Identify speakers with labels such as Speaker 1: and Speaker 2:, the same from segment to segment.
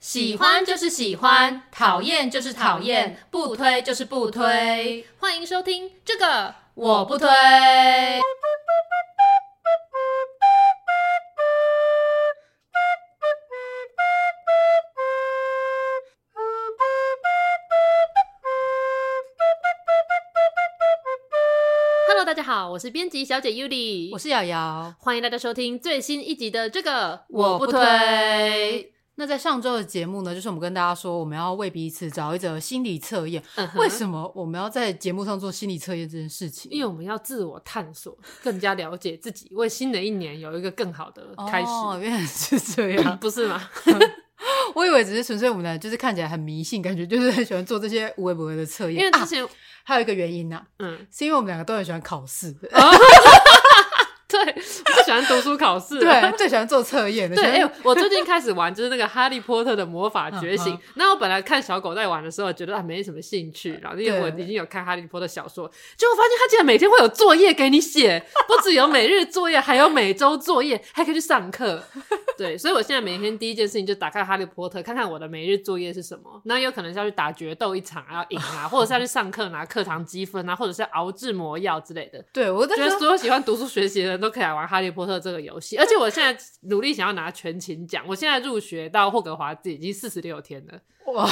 Speaker 1: 喜欢就是喜欢，讨厌就是讨厌，不推就是不推。
Speaker 2: 欢迎收听这个，
Speaker 1: 我不推。
Speaker 2: Hello，大家好，我是编辑小姐 Yuli，
Speaker 1: 我是瑶瑶，
Speaker 2: 欢迎大家收听最新一集的这个，
Speaker 1: 我不推。那在上周的节目呢，就是我们跟大家说，我们要为彼此找一则心理测验。
Speaker 2: 嗯哼
Speaker 1: 为什么我们要在节目上做心理测验这件事情？
Speaker 2: 因为我们要自我探索，更加了解自己，为新的一年有一个更好的开始，
Speaker 1: 哦，原来是这 样。
Speaker 2: 不是吗？
Speaker 1: 我以为只是纯粹我们俩就是看起来很迷信，感觉就是很喜欢做这些无微不微的测
Speaker 2: 因
Speaker 1: 验。
Speaker 2: 为之
Speaker 1: 啊、
Speaker 2: 前，
Speaker 1: 还有一个原因呢、
Speaker 2: 嗯，
Speaker 1: 是因为我们两个都很喜欢考试，
Speaker 2: 对，我最喜欢读书考试， 啊
Speaker 1: 对，最喜欢做测验的。
Speaker 2: 对，
Speaker 1: 喜欢
Speaker 2: 哎、我最近开始玩就是那个《哈利波特》的魔法觉
Speaker 1: 嗯
Speaker 2: 醒
Speaker 1: 嗯。
Speaker 2: 那、我本来看小狗在玩的时候，觉得啊没什么兴趣，然后因为我
Speaker 1: 对
Speaker 2: 已经有看《哈利波特》小说，结果发现它竟然每天会有作业给你写，不只有每日作业，还有每周作业，还可以去上课。对，所以我现在每天第一件事情就打开《哈利波特》，看看我的每日作业是什么。那有可能是要去打决斗一场啊，要赢啊，或者是要去上课拿课堂积分啊，或者是熬制魔药之类的。
Speaker 1: 对我 在
Speaker 2: 觉得
Speaker 1: 说
Speaker 2: 所有喜欢读书学习的人都可以来玩《哈利波特》这个游戏，而且我现在努力想要拿全勤奖。我现在入学到霍格华兹已经四十六天了，对，
Speaker 1: 哇，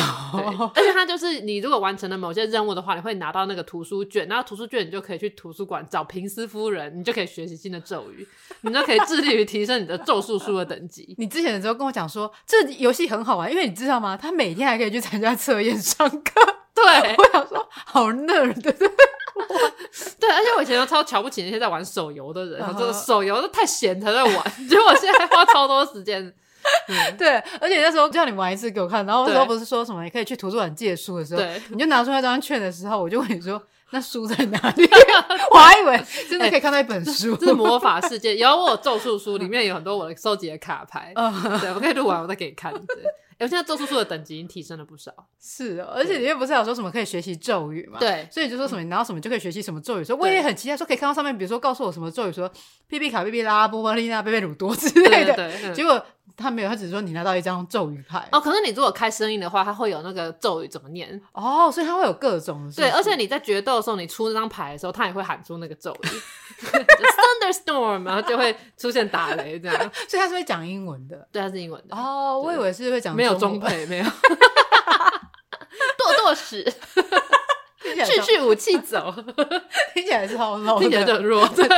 Speaker 2: 而且它就是你如果完成了某些任务的话，你会拿到那个图书卷，然后图书卷你就可以去图书馆找平斯夫人，你就可以学习新的咒语，你就可以致力于提升你的咒术书的等级。
Speaker 1: 你之前的时候跟我讲说这游戏很好玩，因为你知道吗？他每天还可以去参加测验上课。
Speaker 2: 对
Speaker 1: 我想说好 nerd，对不对？
Speaker 2: 对，而且我以前都超瞧不起那些在玩手游的人，我真
Speaker 1: 啊哈
Speaker 2: 的手游都太闲才在玩， 结果我现在花超多时间。嗯，
Speaker 1: 对，而且那时候叫你玩一次给我看，然后那时候
Speaker 2: 对
Speaker 1: 不是说什么你可以去图书馆借书的时候，
Speaker 2: 对。
Speaker 1: 你就拿出那张券的时候，我就问你说那书在哪里？ 我还以为真的可以看到一本书。
Speaker 2: 这是魔法世界，有我有咒术书，里面有很多我的收集的卡 牌。
Speaker 1: 嗯，
Speaker 2: 对，我可以录完我再给你看。对，哎，我现在咒术书的等级已经提升了不少。
Speaker 1: 是哦，而且里面不是还有说什么可以学习咒语嘛？。
Speaker 2: 对，嗯
Speaker 1: 所以你就说什么，你拿到什么就可以学习什么咒语。说我也很期待，说可以看到上面，比如说告诉我什么咒 语，说皮皮卡、皮皮拉、波波丽娜、贝贝鲁多之
Speaker 2: 对
Speaker 1: 类
Speaker 2: 对
Speaker 1: 的。
Speaker 2: 对。嗯
Speaker 1: 结果他没有，他只是说你拿到一张咒语牌。
Speaker 2: 哦，可是你如果开声音的话，它会有那个咒语怎么念？
Speaker 1: 哦，所以他会有各种的是不
Speaker 2: 对，
Speaker 1: 是
Speaker 2: 而且你在决斗的时候，你出那张牌的时候，它也会喊出那个咒 语就，thunderstorm，然后就会出现打雷这样。
Speaker 1: 所以他是会讲英文的。
Speaker 2: 对，它是英文的，
Speaker 1: 哦，我以为是会讲
Speaker 2: 没有
Speaker 1: 中文，
Speaker 2: 中 配，没有。剁剁屎，
Speaker 1: 听起来
Speaker 2: 去
Speaker 1: 像
Speaker 2: 去武器走，
Speaker 1: 听起来是好 low
Speaker 2: 听起来就
Speaker 1: 的。
Speaker 2: 很弱。哦对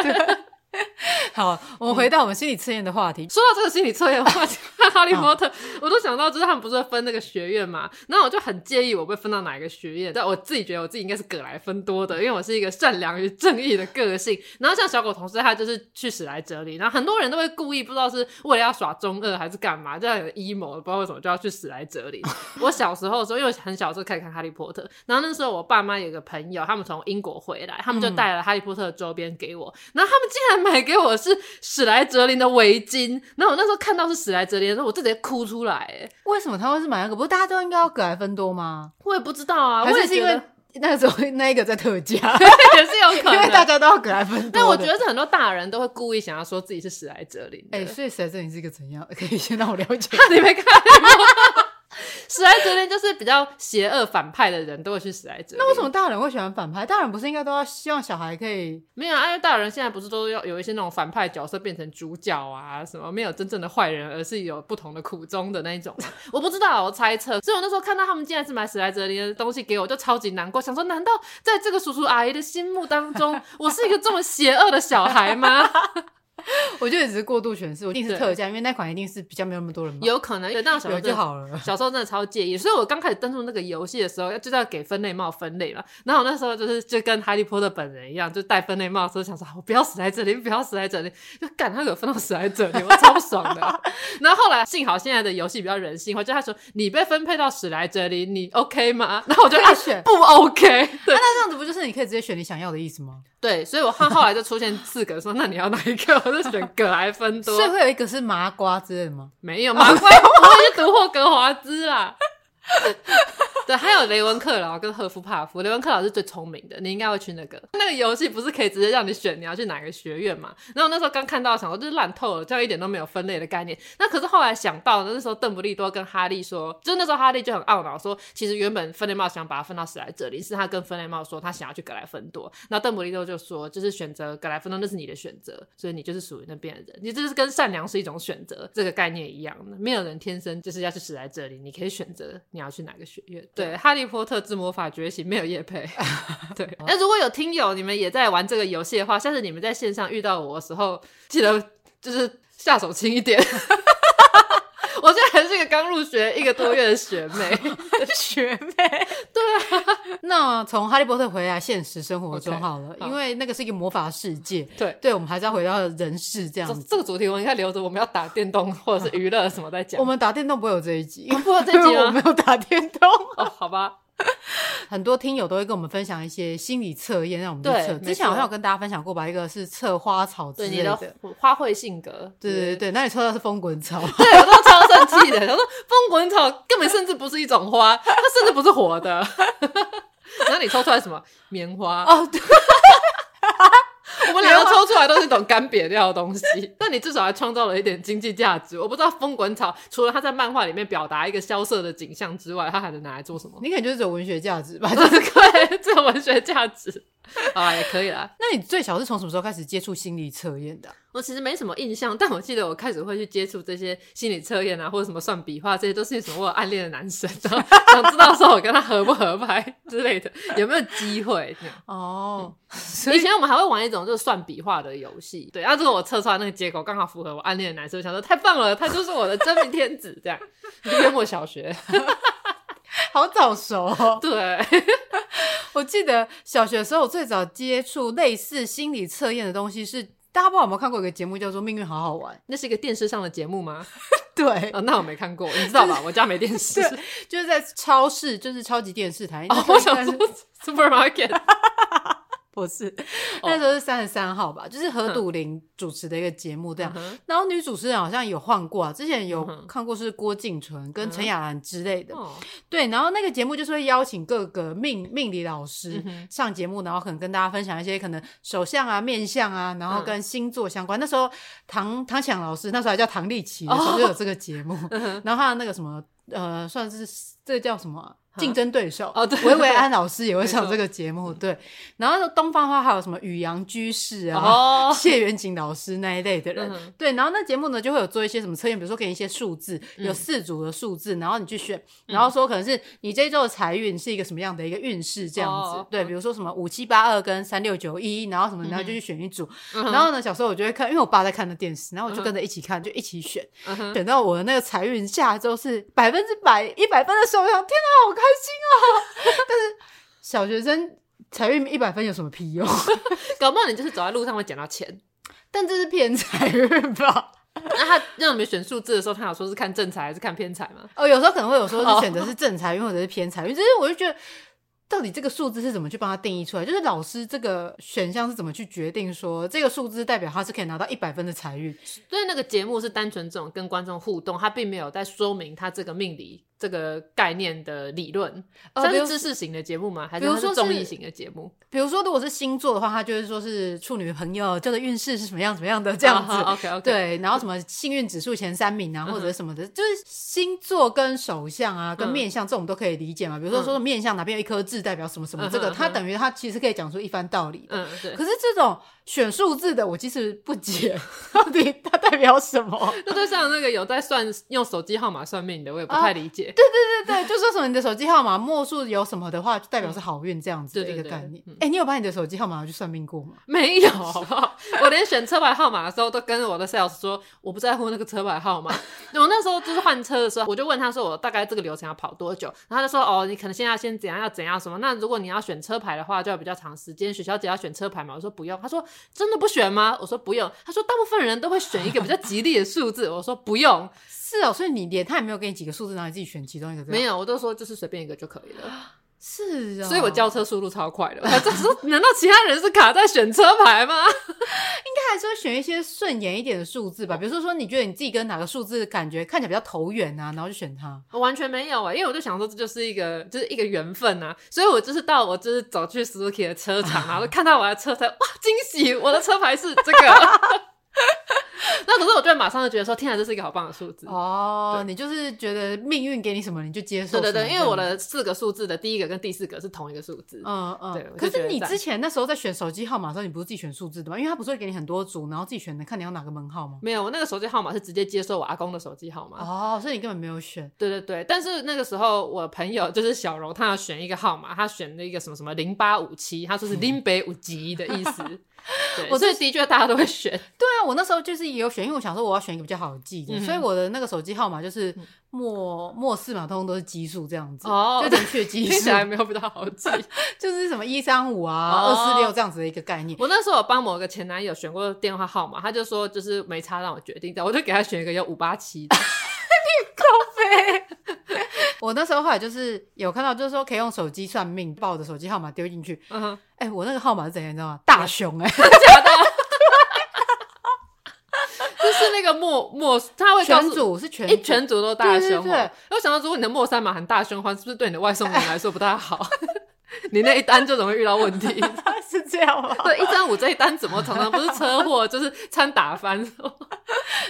Speaker 1: 好，我们回到我们心理测验的话题。
Speaker 2: 说到这个心理测验的话，看《哈利波特》，我都想到就是他们不是会分那个学院嘛，然后我就很介意我被分到哪一个学院，但我自己觉得我自己应该是葛莱芬多的，因为我是一个善良与正义的个性。然后像小狗同事，他就是去史莱哲林，然后很多人都会故意不知道是为了要耍中二还是干嘛，就很 emo，不知道为什么就要去史莱哲林。我小时候的时候，因为我很小的时候开始看《哈利波特》，然后那时候我爸妈有个朋友，他们从英国回来，他们就
Speaker 1: 嗯
Speaker 2: 带了《哈利波特》的周边给我，然后他们竟然买给我是史莱哲林的围巾，然后我那时候看到是史莱哲林的时候，我就直接哭出来，哎
Speaker 1: 为什么他会是买那个？不是大家都应该要葛莱芬多吗？
Speaker 2: 我也不知道啊，
Speaker 1: 还
Speaker 2: 我也
Speaker 1: 是是
Speaker 2: 觉
Speaker 1: 因为
Speaker 2: 得
Speaker 1: 那个时候那一个在特 价，
Speaker 2: 也是有可
Speaker 1: 因
Speaker 2: 能，
Speaker 1: 为大。家都要葛莱芬多的。
Speaker 2: 但我觉得是很多大人都会故意想要说自己是史莱哲林的，
Speaker 1: 哎、所以史莱哲林是一个怎样？ 可以先让我了解。
Speaker 2: 你没看过？ 史莱哲林就是比较邪恶反派的人都会去史莱哲林。
Speaker 1: 那为什么大人会喜欢反派？大人不是应该都要希望小孩可以？
Speaker 2: 没有啊，因为大人现在不是都要有一些那种反派角色变成主角啊，什么没有真正的坏人，而是有不同的苦衷的那一种嘛。啊我不知道，我猜测。所以我那时候看到他们竟然是买史莱哲林的东西给我，我就超级难过，想说难道在这个叔叔阿姨的心目当中，我是一个这么邪恶的小孩吗？
Speaker 1: 我觉得只是过度诠释，我一定是
Speaker 2: 对
Speaker 1: 特价，因为那款一定是比较没有那么多人买，
Speaker 2: 有可能，对，那小时
Speaker 1: 有
Speaker 2: 候真
Speaker 1: 就
Speaker 2: 的
Speaker 1: 好了。
Speaker 2: 小时候真的超介意，所以我刚开始登录那个游戏的时候，就是要给分类帽分类嘛。然后我那时候就是就跟哈利波特本人一样，就戴分类帽的时候想说，我哦不要死在这里，不要死在这里，就赶他给我分到死在这里，我超不爽的啊、然后后来幸好现在的游戏比较人性化，就他说你被分配到史莱哲林，你 OK 吗？然后我就
Speaker 1: 可以
Speaker 2: 按
Speaker 1: 选
Speaker 2: 不 OK，对、
Speaker 1: 那这样子不就是你可以直接选你想要的意思吗？
Speaker 2: 对，所以我后后来就出现四个说，那你要哪一个？我就选葛莱芬多
Speaker 1: 所以，会有一个是麻
Speaker 2: 哦
Speaker 1: 瓜之类的吗？
Speaker 2: 没有麻瓜不会去读霍格华兹啦。对，对，还有雷文克劳跟赫夫帕夫，雷文克劳是最聪明的，你应该会去那个那个游戏，不是可以直接让你选你要去哪个学院嘛？然后那时候刚看到，想说就是烂透了，这样一点都没有分类的概念。那可是后来想到，那时候邓布利多跟哈利说，就那时候哈利就很懊恼说，其实原本分类帽想把它分到史莱哲林，是他跟分类帽说他想要去格莱芬多，那邓布利多就说，就是选择格莱芬多那是你的选择，所以你就是属于那边的人，你这是跟善良是一种选择这个概念一样的，没有人天生就是要去史莱哲林，你可以选择你要去哪个学院。对，《哈利波特之魔法觉醒》没有叶配。对，那如果有听友你们也在玩这个游戏的话，下次你们在线上遇到我的时候，记得就是下手轻一点。 我现在还是一个刚入学一个多月的学妹，
Speaker 1: 学妹。对啊，那从哈利波特回来现实生活中
Speaker 2: OK，
Speaker 1: 好了
Speaker 2: 好
Speaker 1: 因为那个是一个魔法世界。
Speaker 2: 对
Speaker 1: 对，我们还是要回到人世这样
Speaker 2: 这
Speaker 1: 子。
Speaker 2: 这个主题我应该留着我们要打电动或者是娱乐什么再 讲。
Speaker 1: 我们打电动不会有这一集，啊
Speaker 2: 不 过这集啊
Speaker 1: 我
Speaker 2: 吗
Speaker 1: 没有打电动。
Speaker 2: 哦，好吧，
Speaker 1: 很多听友都会跟我们分享一些心理测验，让我们去
Speaker 2: 对
Speaker 1: 测。
Speaker 2: 没错
Speaker 1: 之前好像有跟大家分享过吧，一个是测花草 之
Speaker 2: 对
Speaker 1: 类
Speaker 2: 你的
Speaker 1: 对
Speaker 2: 花卉性格，
Speaker 1: 对对对，那你抽到是风滚草，
Speaker 2: 对，我都超生气的。他说风滚草根本甚至不是一种花，它甚至不是活的。 然后你抽出来什么棉花？
Speaker 1: 哦，对，
Speaker 2: 我们两个抽出来都是一种干瘪掉的东西。但你至少还创造了一点经济价值。我不知道风滚草除了它在漫画里面表达一个萧瑟的景象之外，它还能拿来做什么？
Speaker 1: 你可能就是只有文学价值吧。 就
Speaker 2: 对，这有文学价值。好啊，也可以啦。
Speaker 1: 那你最小是从什么时候开始接触心理测验的啊？
Speaker 2: 我其实没什么印象，但我记得我开始会去接触这些心理测验啊，或者什么算笔画，这些都是什么我有暗恋的男生， 然后想知道说我跟他合不合拍 之类的，有没有机会这样。
Speaker 1: 哦，所
Speaker 2: 以
Speaker 1: 以
Speaker 2: 前我们还会玩一种就是算笔画的游戏，对，然后这个我测出来那个结果刚好符合我暗恋的男生，我想说太棒了，他就是我的真命天子，这样。 约莫小学，
Speaker 1: 好早熟哦。
Speaker 2: 对，
Speaker 1: 我记得小学的时候，我最早接触类似心理测验的东西是，大家不知道有没有看过一个节目叫做《命运好好玩》？
Speaker 2: 那是一个电视上的节目吗？
Speaker 1: 对，
Speaker 2: 哦，那我没看过，你知道吧？我家没电视。
Speaker 1: 对 就是在超市，就是超级电视台。那
Speaker 2: 哦
Speaker 1: 时，候
Speaker 2: 我
Speaker 1: 应该是
Speaker 2: 想 说 supermarket，
Speaker 1: 不是， 那
Speaker 2: 哦
Speaker 1: 时候是三十三号吧，就是何笃林主持的一个节目这样。
Speaker 2: 嗯哼
Speaker 1: 然后女主持人好像有换过、啊，之前有
Speaker 2: 嗯哼嗯
Speaker 1: 看过是郭敬淳跟陈雅兰之类的。
Speaker 2: 哦
Speaker 1: 对，然后那个节目就是会邀请各个命命理老
Speaker 2: 嗯
Speaker 1: 师上节目，然后可能跟大家分享一些可能手相啊、面相啊，然后
Speaker 2: 嗯
Speaker 1: 跟星座相关。那时候唐唐强老师那时候还叫唐立奇
Speaker 2: 哦
Speaker 1: 的时候就有这个节目， 然后还有那个什么呃，算是这叫什么啊竞争对手
Speaker 2: 哦对
Speaker 1: 维维安老师也会
Speaker 2: 没错
Speaker 1: 上这个节目，对。然后东方话还有什么宇阳居士啊，
Speaker 2: 哦，
Speaker 1: 谢元景老师那一类的人，
Speaker 2: 嗯哼
Speaker 1: 对，然后那节目呢就会有做一些什么测验，比如说给你一些数字，
Speaker 2: 嗯
Speaker 1: 有四组的数字，然后你去选，然后说可能是你这一周的财运是一个什么样的一个运势这样子，
Speaker 2: 哦嗯
Speaker 1: 对，比如说什么五七八二跟三六九一，然后什么，然后就去选一组，然后呢小时候我就会看，因为我爸在看那电视，然后我就跟着一起看，就一起选，
Speaker 2: 嗯哼
Speaker 1: 选到我的那个财运下周是百分之百一百分的时候，我想天哪，好开心哦！ 但是小学生财运一百分有什么屁用？
Speaker 2: 搞不好你就是走在路上会捡到钱。
Speaker 1: 但这是骗财运吧？
Speaker 2: 那他让你们选数字的时候，他有说是看正财还是看偏财吗？
Speaker 1: 哦，有时候可能会有时候是选择是正财运或者是偏财运，就是我就觉得。到底这个数字是怎么去帮他定义出来？就是老师这个选项是怎么去决定说这个数字代表他是可以拿到一百分的财运？
Speaker 2: 所以那个节目是单纯这种跟观众互动，他并没有在说明他这个命理这个概念的理论，
Speaker 1: 呃
Speaker 2: 算
Speaker 1: 比
Speaker 2: 是
Speaker 1: 如
Speaker 2: 知识型的节目吗？还
Speaker 1: 比如
Speaker 2: 它
Speaker 1: 说
Speaker 2: 是
Speaker 1: 是
Speaker 2: 综艺型的节目？
Speaker 1: 比如说，如果是星座的话，他就是说是处女朋友，这个运势是什么样怎么样的这样子。
Speaker 2: OK 啊 OK，，
Speaker 1: 对，然后什么幸运指数前三名啊，或者
Speaker 2: 嗯
Speaker 1: 什么的，就是星座跟手相啊，跟
Speaker 2: 嗯
Speaker 1: 面相这种都可以理解嘛。比如说说面相哪边有一颗痣代表什么什么，这个
Speaker 2: 嗯哼
Speaker 1: 他
Speaker 2: 嗯哼
Speaker 1: 等于他其实可以讲出一番道理的。
Speaker 2: 嗯对。
Speaker 1: 可是这种选数字的，我其实不解，到底它代表什 么？
Speaker 2: 那就像那个有在算用手机号码算命的，我也
Speaker 1: 哦
Speaker 2: 不太理解。
Speaker 1: 对对对，就说什么你的手机号码末数有什么的话，就代表是好运这样子的
Speaker 2: 对
Speaker 1: 一个
Speaker 2: 对对
Speaker 1: 概念。哎、你有把你的手机号码拿去算命过吗？
Speaker 2: 没有，好不好？我连选车牌号码的时候，都跟我的 sales 说，我不在乎那个车牌号码。我那时候就是换车的时候，我就问他说，我大概这个流程要跑多久？然后他就说，哦，你可能现在要先怎样，要怎样什么？那如果你要选车牌的话，就要比较长时间。许小姐要选车牌嘛？我说不用。他说真的不选吗？我说不用。他说大部分人都会选一个比较吉利的数字。我说不用，
Speaker 1: 啊是哦，所以你连他也没有给你几个数字，然后你自己选其中一个。
Speaker 2: 没
Speaker 1: 有，
Speaker 2: 有，我都说就是随便一个就可以了。
Speaker 1: 是啊、
Speaker 2: 所以我交车速度超快的。我这时候，难道其他人是卡在选车牌吗？
Speaker 1: 还是会选一些顺眼一点的数字吧，比如说说你觉得你自己跟哪个数字感觉看起来比较投缘啊，然后就选它。
Speaker 2: 我完全没有啊、因为我就想说这就是一个就是一个缘分啊，所以我就是到我就是走去 Suzuki 的车 场，然后看到我的车才哇惊喜，我的车牌是这个。 那可是我就马上就觉得说，天啊，这是一个好棒的数字。
Speaker 1: 哦，你就是觉得命运给你什么你就接受
Speaker 2: 对
Speaker 1: 什么
Speaker 2: 对
Speaker 1: 这样。
Speaker 2: 对，因为我的四个数字的第一个跟第四个是同一个数字。
Speaker 1: 嗯
Speaker 2: 对
Speaker 1: 嗯，
Speaker 2: 我就
Speaker 1: 可
Speaker 2: 觉
Speaker 1: 是
Speaker 2: 得
Speaker 1: 你
Speaker 2: 赞
Speaker 1: 之前那时候在选手机号码的时候，你不是自己选数字的吗？因为他不是会给你很多组，然后自己选的，看你要哪个门号吗？
Speaker 2: 没有，我那个手机号码是直接接收我阿公的手机号码。
Speaker 1: 哦，所以你根本没有选。
Speaker 2: 对对对，但是那个时候我朋友就是小柔，她要选一个号码，她选了一个什么什么零八五七，她说是林北五级的意 思。对，
Speaker 1: 嗯我
Speaker 2: 所以的确大家都会选。
Speaker 1: 对啊，我那时候就是也有选，因为我想说我要选一个比较好记的，
Speaker 2: 嗯哼
Speaker 1: 所以我的那个手机号码就是末末四嘛，通通都是奇数这样子，
Speaker 2: 哦
Speaker 1: 就 明确奇
Speaker 2: 听
Speaker 1: 数
Speaker 2: 起，来没有比较好记。
Speaker 1: 就是什么一三五啊、
Speaker 2: 哦
Speaker 1: 二四六这样子的一个概念。
Speaker 2: 我那时候有帮某个前男友选过电话号码，他就说就是没差让我决定的，我就给他选一个有五八七的。
Speaker 1: 我那时候后来就是有看到，就是说可以用手机算命，把我的手机号码丢进去。
Speaker 2: 嗯哼，
Speaker 1: 哎、我那个号码是怎样，你知道吗？大熊 哎、
Speaker 2: 就是那个莫莫，他会告
Speaker 1: 全
Speaker 2: 诉。
Speaker 1: 组是全
Speaker 2: 一全组都大胸、
Speaker 1: 对
Speaker 2: 哦，
Speaker 1: 对对
Speaker 2: 我想到，如果你的莫三码很大胸的话，是不是对你的外送员来说不太好？ 你那一单就容易遇到 问题。
Speaker 1: 是这样吗？
Speaker 2: 对，一三五这一单怎么常常不是车祸，就是餐打翻。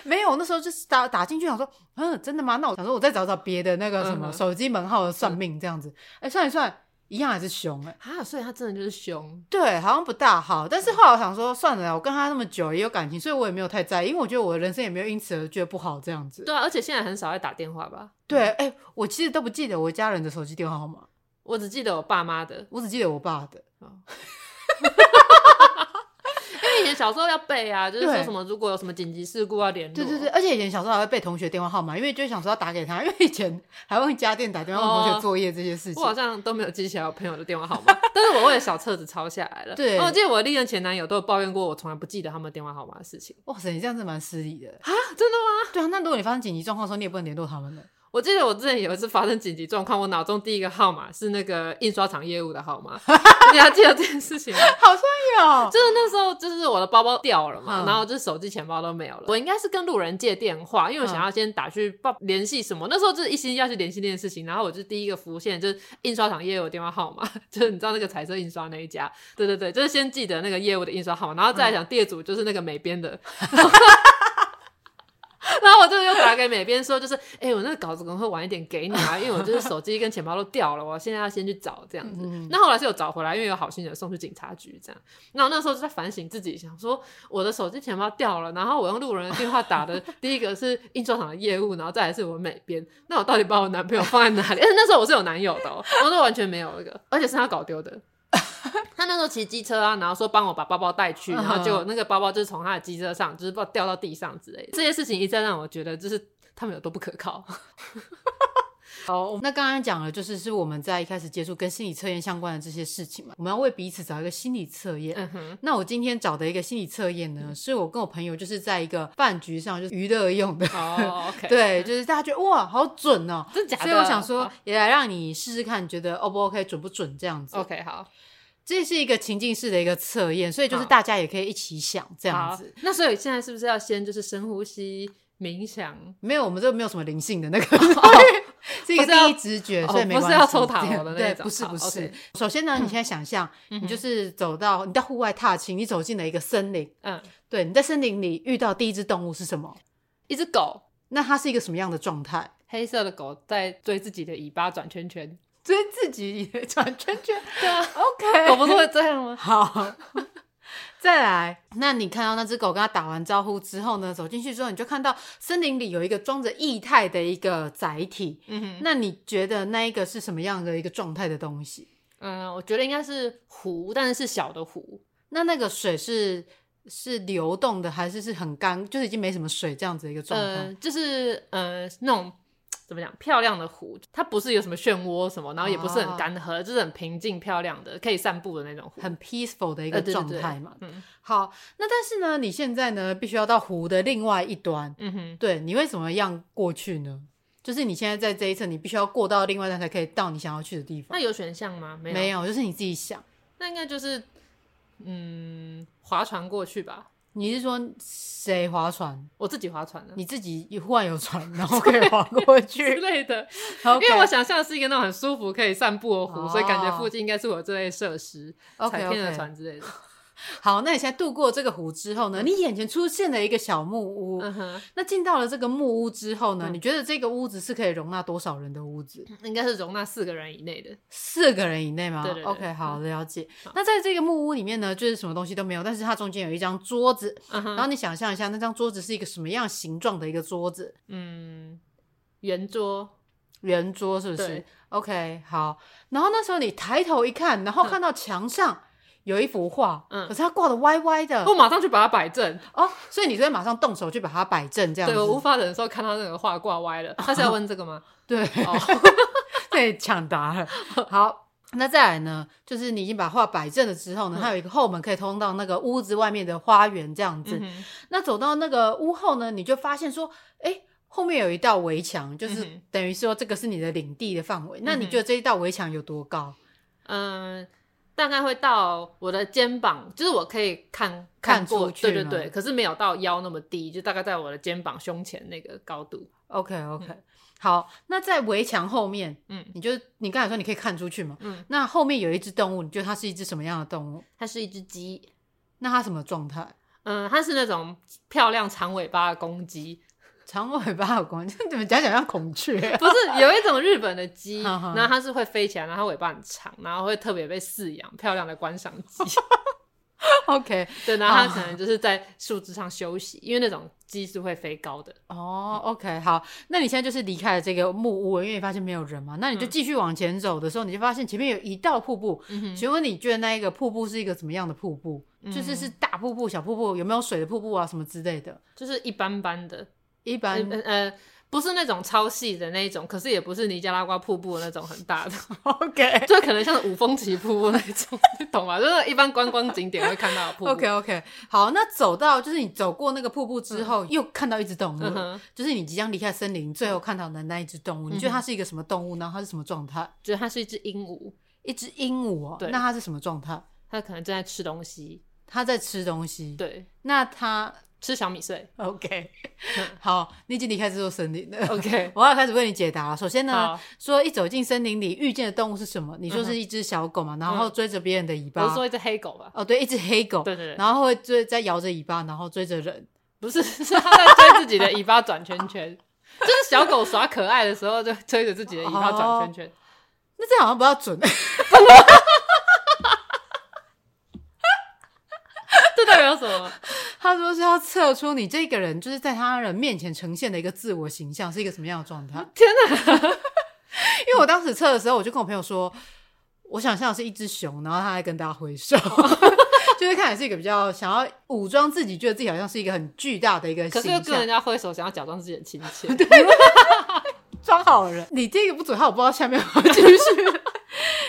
Speaker 1: 没有，那时候就是打打进去想说，嗯，真的吗？那我想说我再找找别的那个什
Speaker 2: 嗯
Speaker 1: 么
Speaker 2: 哼
Speaker 1: 手机门号的算命这样子。哎、算一算，一样还是熊哎、
Speaker 2: 啊，所以他真的就是凶。
Speaker 1: 对，好像不大好。但是后来我想说，算了，我跟他那么久也有感情，所以我也没有太在意，因为我觉得我的人生也没有因此而觉得不好这样子。
Speaker 2: 对啊，而且现在很少在打电话吧？
Speaker 1: 对，哎、我其实都不记得我家人的手机电话号码，
Speaker 2: 我只记得我爸妈的，
Speaker 1: 我只记得我爸的。
Speaker 2: 因为以前小时候要背啊，就是说
Speaker 1: 对
Speaker 2: 什么如果有什么紧急事故要联络。
Speaker 1: 对对对，。而且以前小时候还会背同学电话号码，因为就想说要打给他，因为以前还会家电打电话问同
Speaker 2: 哦
Speaker 1: 学作业这些事情。
Speaker 2: 我好像都没有记起来我朋友的电话号 码，但是我为了小册子抄下来了。哦
Speaker 1: 对
Speaker 2: 我记得我历任前男友都有抱怨过，我从来不记得他们电话号码的事情。
Speaker 1: 哇塞，你这样子蛮失礼的。
Speaker 2: 真的吗？
Speaker 1: 对啊，那如果你发生紧急状况的时候，你也不能联络他们的。
Speaker 2: 我记得我之前有一次发生紧急状况，我脑中第一个号码是那个印刷厂业务的号码。 你还记得这件事情吗？
Speaker 1: 好像有，
Speaker 2: 就是那时候，就是我的包包掉了嘛，
Speaker 1: 哦嗯
Speaker 2: 然后就是手机、钱包都没有了。我应该是跟路人借电话，因为我想要先打去报联系什么。那时候就是一心要去联系那件事情，然后我就第一个浮现就是印刷厂业务的电话号码， 就是你知道那个彩色印刷那一家，对对对，就是先记得那个业务的印刷号码，然后再来想第二组就是那个美编的。 然后我就又打给美编说，就是哎、我那个稿子可能会晚一点给你啊，因为我就是手机跟钱包都掉了，我现在要先去找这样子。
Speaker 1: 嗯
Speaker 2: 那后来是有找回来，因为有好心人送去警察局这样。那我那时候就在反省自己，想说我的手机钱包掉了，然后我用路人的电话打的第一个是印刷厂的业务，然后再来是我美编。那我到底把我男朋友放在哪里？ 而且那时候我是有男友的、哦，我都完全没有那个，而且是他搞丢 的。他那时候骑机车啊，然后说帮我把包包带去，
Speaker 1: 嗯
Speaker 2: 然后结果那个包包就是从他的机车上，就是不知道掉到地上之类的。这些事情一再让我觉得，就是他们有多不可靠。
Speaker 1: 好，那刚刚讲了，就是是我们在一开始接触跟心理测验相关的这些事情嘛，我们要为彼此找一个心理测验。
Speaker 2: 嗯哼，
Speaker 1: 那我今天找的一个心理测验呢，是我跟我朋友就是在一个饭局上，就是娱乐用的。
Speaker 2: 哦、o k
Speaker 1: 对，就是大家觉得哇，好准哦、
Speaker 2: 真假的？
Speaker 1: 所以我想说
Speaker 2: 哦，
Speaker 1: 也来让你试试看，觉得 O 不 OK，准不准这样子。
Speaker 2: ，OK，好，
Speaker 1: 这是一个情境式的一个测验，所以就是
Speaker 2: 好
Speaker 1: 大家也可以一起想这样
Speaker 2: 嗯好
Speaker 1: 子。。
Speaker 2: 那所以现在是不是要先就是深呼吸、冥想？
Speaker 1: 没有，我们这个没有什么灵性的那 个，这个
Speaker 2: 不是要
Speaker 1: 第一直觉，
Speaker 2: 哦
Speaker 1: 所以没
Speaker 2: 不
Speaker 1: 关
Speaker 2: 是
Speaker 1: 系。
Speaker 2: 要抽塔罗的那
Speaker 1: 对，
Speaker 2: 种
Speaker 1: 不是
Speaker 2: 好
Speaker 1: 不是
Speaker 2: OK。嗯
Speaker 1: 首先 呢，你现在想象，你就是走到你到户外踏青，你走进了一个森林，
Speaker 2: 嗯，
Speaker 1: 对，你在森林里遇到第一只动物是什么？
Speaker 2: 一只狗，
Speaker 1: 那它是一个什么样的状态？
Speaker 2: 黑色的狗在追自己的尾巴转圈圈。
Speaker 1: 追自己也转圈圈
Speaker 2: 对啊，
Speaker 1: ，OK，
Speaker 2: 狗不是会这样吗？
Speaker 1: 好， 再来。那你看到那只狗跟它打完招呼之后呢，走进去之后，你就看到森林里有一个装着液态的一个载体。
Speaker 2: 嗯哼，
Speaker 1: 那你觉得那一个是什么样的一个状态的东西？
Speaker 2: 嗯，我觉得应该是湖，但是是小的湖，
Speaker 1: 那那个水是是流动的，还是是很干，就是已经没什么水这样子的一个状态？
Speaker 2: 呃，就是呃那种。怎么讲？漂亮的湖，它不是有什么漩涡什么，然后也不是很干涸，就是很平静漂亮的，可以散步的那种湖。
Speaker 1: 很 peaceful 的一
Speaker 2: 一
Speaker 1: 个状态嘛。
Speaker 2: 嗯
Speaker 1: 好，那但是呢，你现在呢必须要到湖的另外一端，
Speaker 2: 嗯哼，
Speaker 1: 对，你会怎么样过去呢？就是你现在在这一层，你必须要过到另外一层才可以到你想要去的地方
Speaker 2: 那。有选项吗？没有，
Speaker 1: 没有，就是你自己想。
Speaker 2: 那应该就是嗯，划船过去吧。
Speaker 1: 你是说谁划船？
Speaker 2: 我自己划船的、
Speaker 1: 你自己忽然有船，然后可以划过
Speaker 2: 之
Speaker 1: 去
Speaker 2: 类的，
Speaker 1: ？OK，
Speaker 2: 因为我想象的是一个那种很舒服可以散步的湖，
Speaker 1: 哦
Speaker 2: 所以感觉附近应该是我这类设施、
Speaker 1: OK
Speaker 2: 彩片的
Speaker 1: OK。
Speaker 2: 船之类的。
Speaker 1: 好，那你现在渡过这个湖之后呢？你眼前出现了一个小木屋。
Speaker 2: 嗯哼，
Speaker 1: 那进到了这个木屋之后呢？
Speaker 2: 嗯
Speaker 1: 你觉得这个屋子是可以容纳多少人的屋子？
Speaker 2: 应该是容纳四个人以内的。
Speaker 1: 四个人以内吗
Speaker 2: 对对对
Speaker 1: o k 好，了解
Speaker 2: 好。
Speaker 1: 那在这个木屋里面呢，就是什么东西都没有，但是它中间有一张桌子。
Speaker 2: 嗯
Speaker 1: 然后
Speaker 2: 哼，
Speaker 1: 你想象一下，那张桌子是一个什么样形状的一个桌子？
Speaker 2: 嗯，圆桌，
Speaker 1: 圆桌是不是
Speaker 2: 对
Speaker 1: ？OK，好。然后那时候你抬头一看，然后看到墙上有一幅画，
Speaker 2: 嗯
Speaker 1: 可是它挂的歪歪的
Speaker 2: 哦我马上去把它摆正。
Speaker 1: 哦，所以你就会马上动手去把它摆正，这样
Speaker 2: 对
Speaker 1: 子。
Speaker 2: 我无法忍受看到那个画挂歪 了。他是要问这个吗？
Speaker 1: 对，
Speaker 2: 哦，
Speaker 1: 被抢答了。好，那再来呢，就是你已经把画摆正了之后呢，
Speaker 2: 嗯
Speaker 1: 它有一个后门可以通到那个屋子外面的花园这样子。
Speaker 2: 嗯哼
Speaker 1: 那走到那个屋后呢，你就发现说，哎、后面有一道围墙，就是
Speaker 2: 嗯哼
Speaker 1: 等于说这个是你的领地的范围。那你
Speaker 2: 嗯哼
Speaker 1: 觉得这一道围墙有多高？
Speaker 2: 嗯，大概会到我的肩膀，就是我可以看
Speaker 1: 看
Speaker 2: 过，
Speaker 1: 出去
Speaker 2: 对对
Speaker 1: 吗
Speaker 2: 对，可是没有到腰那么低，就大概在我的肩膀、胸前那个高度。
Speaker 1: OK OK，、好，那在围墙后面，
Speaker 2: 嗯
Speaker 1: 你就你刚才说你可以看出去嘛，
Speaker 2: 嗯，
Speaker 1: 那后面有一只动物，你觉得它是一只什么样的动物？
Speaker 2: 它是一只鸡，
Speaker 1: 那它什么状态？
Speaker 2: 嗯，它是那种漂亮长尾巴的公鸡，
Speaker 1: 长尾巴有关，怎么讲讲像孔雀？
Speaker 2: 不是有一种日本的 鸡，
Speaker 1: 好好
Speaker 2: 然后它是会飞起来，然后它尾巴很长，然后会特别被饲养，漂亮的观赏 鸡。
Speaker 1: OK，
Speaker 2: 对，然后它
Speaker 1: 好
Speaker 2: 可能就是在树枝上休息，因为那种鸡是会飞高的。
Speaker 1: 哦、o k 好，那你现在就是离开了这个木屋，因为你发现没有人嘛，那你就
Speaker 2: 嗯
Speaker 1: 继续往前走的时候，你就发现前面有一道瀑布。
Speaker 2: 嗯哼，
Speaker 1: 请问你觉得那一个瀑布是一个怎么样的瀑布？就是是大瀑布、小瀑布，有没有水的瀑布啊，什么之类的？
Speaker 2: 就是一般般的，
Speaker 1: 一
Speaker 2: 呃
Speaker 1: 般
Speaker 2: 呃，不是那种超细的那一种，可是也不是尼加拉瓜瀑布那种很 大的，
Speaker 1: 呃，OK
Speaker 2: 就可能像是五峰旗瀑布那种，你懂吗？就是一般观光景点会看到的瀑布。
Speaker 1: OK OK，好，那走到就是你走过那个瀑布之后，又看到一只动物，
Speaker 2: 嗯哼，
Speaker 1: 就是你即将离开森林，最后看到的那一只动物，你觉得它是一个什么动物呢？它是什么状态？
Speaker 2: 觉得它是一只鹦鹉，
Speaker 1: 一只鹦鹉哦，
Speaker 2: 对
Speaker 1: 那它是什么状态？
Speaker 2: 它可能正在吃东西，
Speaker 1: 它在吃东西。，
Speaker 2: 对，
Speaker 1: 那它
Speaker 2: 吃小 米碎。
Speaker 1: OK，好，你已经离开这座森林了。
Speaker 2: OK，
Speaker 1: 我要开始为你解答了。首先呢
Speaker 2: 好，，嗯
Speaker 1: 说一走进森林里遇见的动物是什么？你说是一只小狗嘛，然后追着别人的尾
Speaker 2: 我是
Speaker 1: 巴。
Speaker 2: 说一只黑狗吧？
Speaker 1: 哦，对，一只黑狗，
Speaker 2: 对对对，
Speaker 1: 啊然后会追在摇着尾巴，然后追着人。
Speaker 2: 不是， 是它在追自己的尾巴转圈 圈。就是小狗耍可爱的时候，就追着自己的尾巴转圈圈。
Speaker 1: 哦 那这好像不大准。
Speaker 2: 这代表什 么？
Speaker 1: 他说是要测出你这个人就是在他人面前呈现的一个自我形象是一个什么样的状态。
Speaker 2: 天
Speaker 1: 哪！因为我当时测的时候，我就跟我朋友说，我想象的是一只熊，然后他在跟大家挥手，
Speaker 2: 哦
Speaker 1: 就是看起来是一个比较想要武装自己，觉得自己好像是一个很巨大的一个
Speaker 2: 可
Speaker 1: 形
Speaker 2: 是又
Speaker 1: 象，
Speaker 2: 跟人家挥手，想要假装自己很亲切。
Speaker 1: 装好人。你这个不准，害我不知道下面要继 续。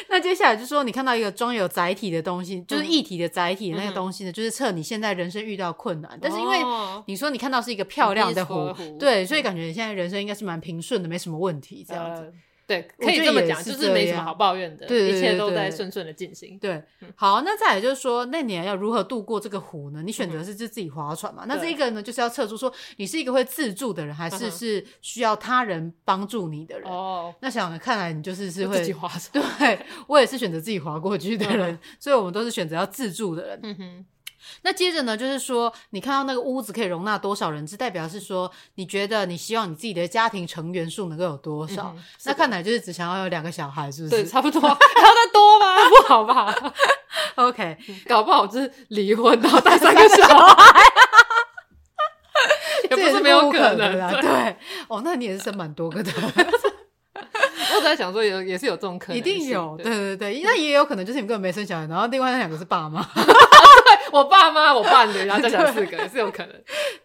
Speaker 1: 那接下来就说，你看到一个装有载体的东西，
Speaker 2: 嗯
Speaker 1: 就是一体的载体的那个东西呢，就是测你现在人生遇到困难。但是因为
Speaker 2: 哦
Speaker 1: 你说你看到是一个漂亮的
Speaker 2: 很
Speaker 1: 湖，
Speaker 2: peaceful 的湖
Speaker 1: 对，所以感觉你现在人生应该是蛮平顺的，没什么问题这样子。
Speaker 2: 呃对，
Speaker 1: 我
Speaker 2: 可以
Speaker 1: 觉得
Speaker 2: 这么
Speaker 1: 也
Speaker 2: 讲，
Speaker 1: 是
Speaker 2: 就
Speaker 1: 这
Speaker 2: 是没什么
Speaker 1: 样
Speaker 2: 好抱怨的，
Speaker 1: 对对
Speaker 2: 一切
Speaker 1: 对
Speaker 2: 都
Speaker 1: 对
Speaker 2: 在
Speaker 1: 对
Speaker 2: 顺顺的进行。
Speaker 1: 对，好，那再来就是说，那你要如何度过这个湖呢？你选择是自自己划船嘛？那这
Speaker 2: 对
Speaker 1: 一个呢，就是要测出说你是一个会自助的人，还是
Speaker 2: 嗯哼
Speaker 1: 是需要他人帮助你的人。
Speaker 2: 哦，
Speaker 1: 那想看来你就是是
Speaker 2: 自己
Speaker 1: 会，
Speaker 2: 划船。
Speaker 1: 对我也是选择自己划过去的人，
Speaker 2: 嗯
Speaker 1: 所以我们都是选择要自助的人。
Speaker 2: 嗯哼，
Speaker 1: 那接着呢，就是说，你看到那个屋子可以容纳多少人，只代表是说，你觉得你希望你自己的家庭成员数能够有多少？
Speaker 2: 嗯哼是
Speaker 1: 那
Speaker 2: 的
Speaker 1: 看来就是只想要有两个小孩，是不
Speaker 2: 对，
Speaker 1: 是
Speaker 2: 差不多，还 要再多吗？ 不好吧？
Speaker 1: ？OK，
Speaker 2: 搞不好就是离婚，然后带三个小孩， 也
Speaker 1: 这
Speaker 2: 不
Speaker 1: 也
Speaker 2: 是没
Speaker 1: 不
Speaker 2: 有
Speaker 1: 无可
Speaker 2: 能
Speaker 1: 啦。
Speaker 2: 对
Speaker 1: 对，哦，那你也是生蛮多个的，
Speaker 2: 我只在想说，有也是有这种可 能
Speaker 1: 一
Speaker 2: 性，
Speaker 1: 定有。
Speaker 2: 对
Speaker 1: 对对对，那也有可能就是你们根本没生小孩，然后另外那两个是爸妈。
Speaker 2: 我爸妈、我爸女，然后再讲四个，也是有可能。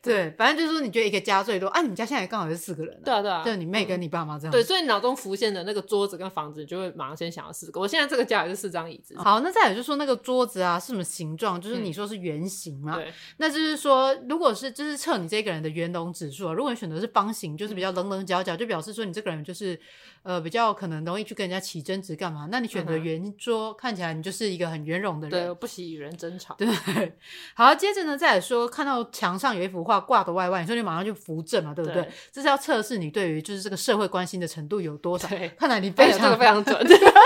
Speaker 1: 对，反正就是说你觉得一个家最多啊，你们家现在刚好是四个人、啊，
Speaker 2: 对啊对啊
Speaker 1: 就你妹跟你爸妈这样
Speaker 2: 对，
Speaker 1: 子。
Speaker 2: 所以你脑中浮现的那个桌子跟房子，你就会马上先想到四个。我现在这个家也是四张椅子，
Speaker 1: 好，那再有就是说那个桌子啊是什么形状？就是你说是圆形嘛，
Speaker 2: 嗯对，
Speaker 1: 那就是说如果是就是测你这个人的圆融指数啊，如果你选择是方形，就是比较棱棱角角，就表示说你这个人就是呃比较可能容易去跟人家起争执干嘛。那你选择
Speaker 2: 嗯哼
Speaker 1: 圆桌，看起来你就是一个很圆融的人
Speaker 2: 对，。我不喜与人争吵。
Speaker 1: 对， 好，接着呢，再来说，看到墙上有一幅画挂的歪歪，你说你马上就扶正嘛，对不对？
Speaker 2: 对
Speaker 1: 这是要测试你对于就是这个社会关心的程度有多少。
Speaker 2: 对，
Speaker 1: 看来你
Speaker 2: 哎
Speaker 1: 非
Speaker 2: 呀，这
Speaker 1: 常、
Speaker 2: 个非常准，